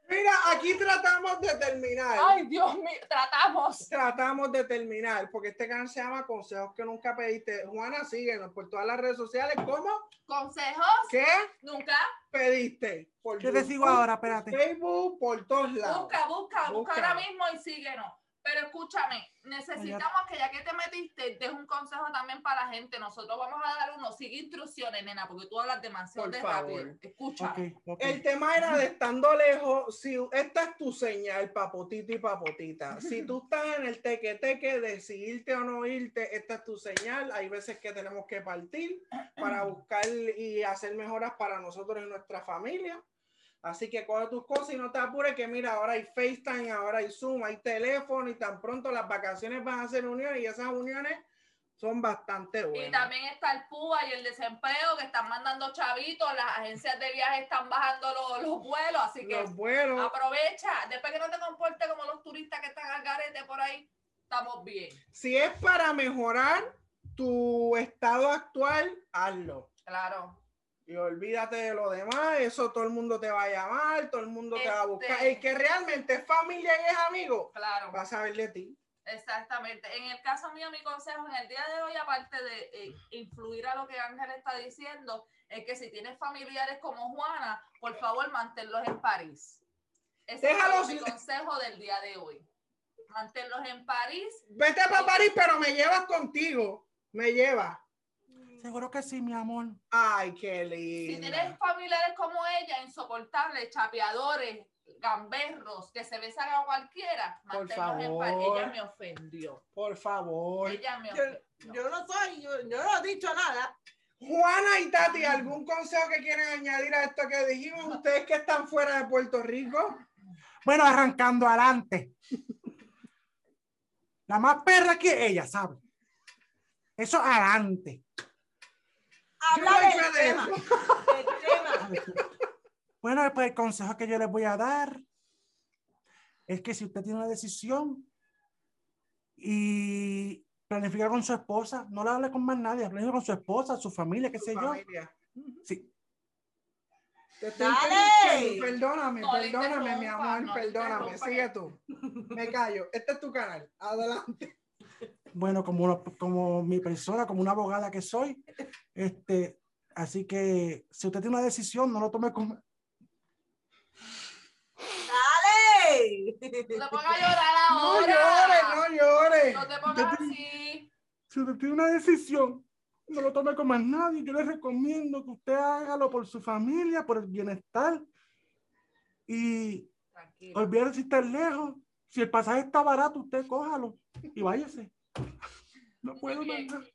A: Mira, aquí tratamos de terminar.
B: Ay, Dios mío, tratamos.
A: Tratamos de terminar, porque este canal se llama Consejos que nunca pediste. Juana, síguenos por todas las redes sociales. ¿Cómo?
B: Consejos,
A: ¿Qué
B: nunca,
A: pediste? Por
D: Yo te sigo
A: YouTube,
D: ahora, espérate.
A: Facebook, por todos lados.
B: busca, busca, busca
A: Busca.
B: ahora mismo y síguenos. Pero escúchame, necesitamos que ya que te metiste, des un consejo también para la gente. Nosotros vamos a dar uno. Sigue instrucciones, nena, porque tú hablas demasiado
A: Por
B: de
A: favor.
B: rápido. Escucha.
D: Ok, ok.
A: El tema era de estando lejos, si esta es tu señal, papotito y papotita. Si tú estás en el teque-teque de si irte o no irte, esta es tu señal. Hay veces que tenemos que partir para buscar y hacer mejoras para nosotros y nuestra familia. Así que coge tus cosas y no te apures que mira, ahora hay FaceTime, ahora hay Zoom, hay teléfono y tan pronto las vacaciones van a ser uniones y esas uniones son bastante buenas.
B: Y también está el PUA y el desempleo que están mandando chavitos, las agencias de viaje están bajando los, los vuelos, así que
A: Los vuelos.
B: aprovecha, después que no te comportes como los turistas que están al garete por ahí, estamos bien,
A: Si es para mejorar tu estado actual, hazlo.
B: claro.
A: Y olvídate de lo demás, eso todo el mundo te va a llamar, todo el mundo te va a buscar.
B: Este-
A: El que realmente es familia y es amigo,
B: Claro,
A: va a saber de ti.
B: exactamente. En el caso mío, mi consejo en el día de hoy, aparte de eh, influir a lo que Ángel está diciendo, es que si tienes familiares como Juana, por favor, manténlos en París. Ese
A: Déjalos-
B: es mi consejo del día de hoy. Manténlos en París
A: Vete para París, pero me llevas contigo. Me llevas.
D: Seguro que sí, mi amor.
A: Ay, qué
B: Si
A: lindo.
B: tienes familiares como ella, insoportables, chapeadores, gamberros, que se besan a cualquiera,
A: Por
B: manténlos en paz.
A: favor.
B: Ella me ofendió.
A: Por favor.
B: Ella me
E: Yo,
B: ofendió.
E: yo no soy, yo, yo no he dicho nada.
A: Juana y Tati, ¿algún consejo que quieren añadir a esto que dijimos? Ustedes que están fuera de Puerto Rico.
D: Bueno, arrancando adelante. La más perra que ella, ¿sabe? Eso adelante.
A: Yo
E: Habla
A: no
E: del
A: hice de
E: tema. Del tema.
D: Bueno, pues el consejo que yo les voy a dar es que si usted tiene una decisión y planifica con su esposa, no la hable con más nadie, planifica con su esposa, su familia, qué sé yo.
A: Familia.
D: Sí.
A: Te estoy
E: Dale.
A: interrumpiendo, Perdóname,
B: No le
A: perdóname, mi
B: interrumpas,
A: amor,
B: no le
A: perdóname.
B: interrumpas.
A: Sigue tú. Me callo. Este es tu canal. Adelante.
D: Bueno, como, una- como mi persona, como una abogada que soy, este, así que si usted tiene una decisión, no lo tome con...
E: ¡Dale!
B: No te pongas a llorar
A: No
B: ahora.
A: llores, no llores.
B: No te pongas así.
D: Si usted tiene una decisión, no lo tome con más nadie. Yo le recomiendo que usted hágalo por su familia, por el bienestar. Y
B: Tranquilo.
D: olvídese si está lejos. Si el pasaje está barato, usted cójalo y váyase. No puedo
B: Muy bien.
D: más nada.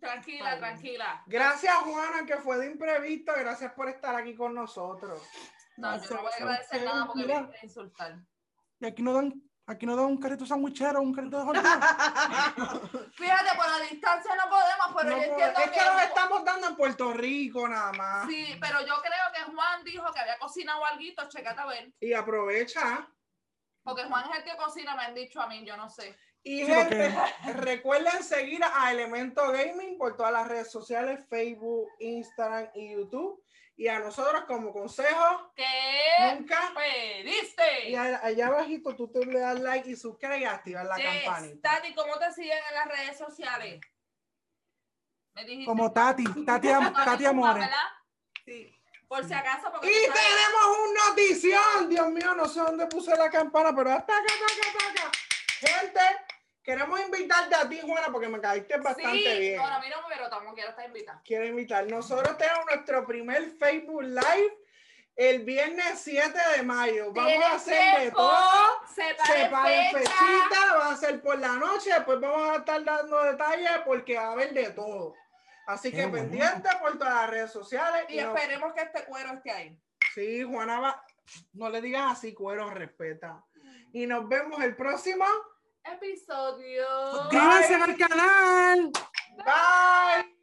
B: Tranquila, tranquila.
A: Gracias, Juana, que fue de imprevisto. Gracias por estar aquí con nosotros.
B: No, yo no voy a agradecer
D: Gracias,
B: nada porque me
D: mira.
B: voy a insultar.
D: Y aquí no dan, aquí no dan un carrito sandwichero, un carrito de hot dog.
B: Fíjate, por la distancia no podemos, pero
A: No
B: yo
A: puedo-
B: entiendo
A: es que nos
B: que
A: estamos dando en Puerto Rico nada más.
B: Sí, pero yo creo que Juan dijo que había cocinado algo, checate a ver.
A: Y aprovecha.
B: Porque Juan es el que cocina, me han dicho a mí, yo no sé.
A: Y gente,
D: Sí,
A: recuerden seguir a Elemento Gaming por todas las redes sociales, Facebook, Instagram y YouTube. Y a nosotros como consejo,
B: ¿Qué
A: nunca.
B: pediste?
A: Y a- allá abajito tú te le das like y suscribes y activas la
B: Yes.
A: campanita.
B: Tati, ¿cómo te siguen en las redes sociales? Me dijiste.
D: Como Tati, Tati, am-
B: Tati
D: Tati
B: Cuba,
D: Amores.
B: ¿verdad?
E: Sí.
B: Por si acaso, porque.
A: Y
B: tú sabes-
A: tenemos una notición. Dios mío, no sé dónde puse la campana, pero hasta acá, acá, acá, acá. Gente, queremos invitarte a ti, Juana, porque me caíste bastante
B: sí.
A: bien.
B: Bueno, mira, pero tampoco quiero estar invitada.
A: Quiero invitar. Nosotros tenemos nuestro primer Facebook Live el viernes 7 de mayo. Vamos a
B: Tienes
A: hacer de
B: tiempo,
A: todo.
B: Separe,
A: Separen
B: fecha.
A: fechita, va a ser por la noche, después vamos a estar dando detalles porque va a haber de todo. Así que
D: Qué bueno.
A: pendiente por todas las redes sociales.
B: Y
A: nos-
B: esperemos que este cuero esté ahí.
A: Sí, Juana, va- no le digas así, cuero, respeta. Y nos vemos el próximo.
B: Episodio.
D: Suscríbanse al canal.
A: Bye.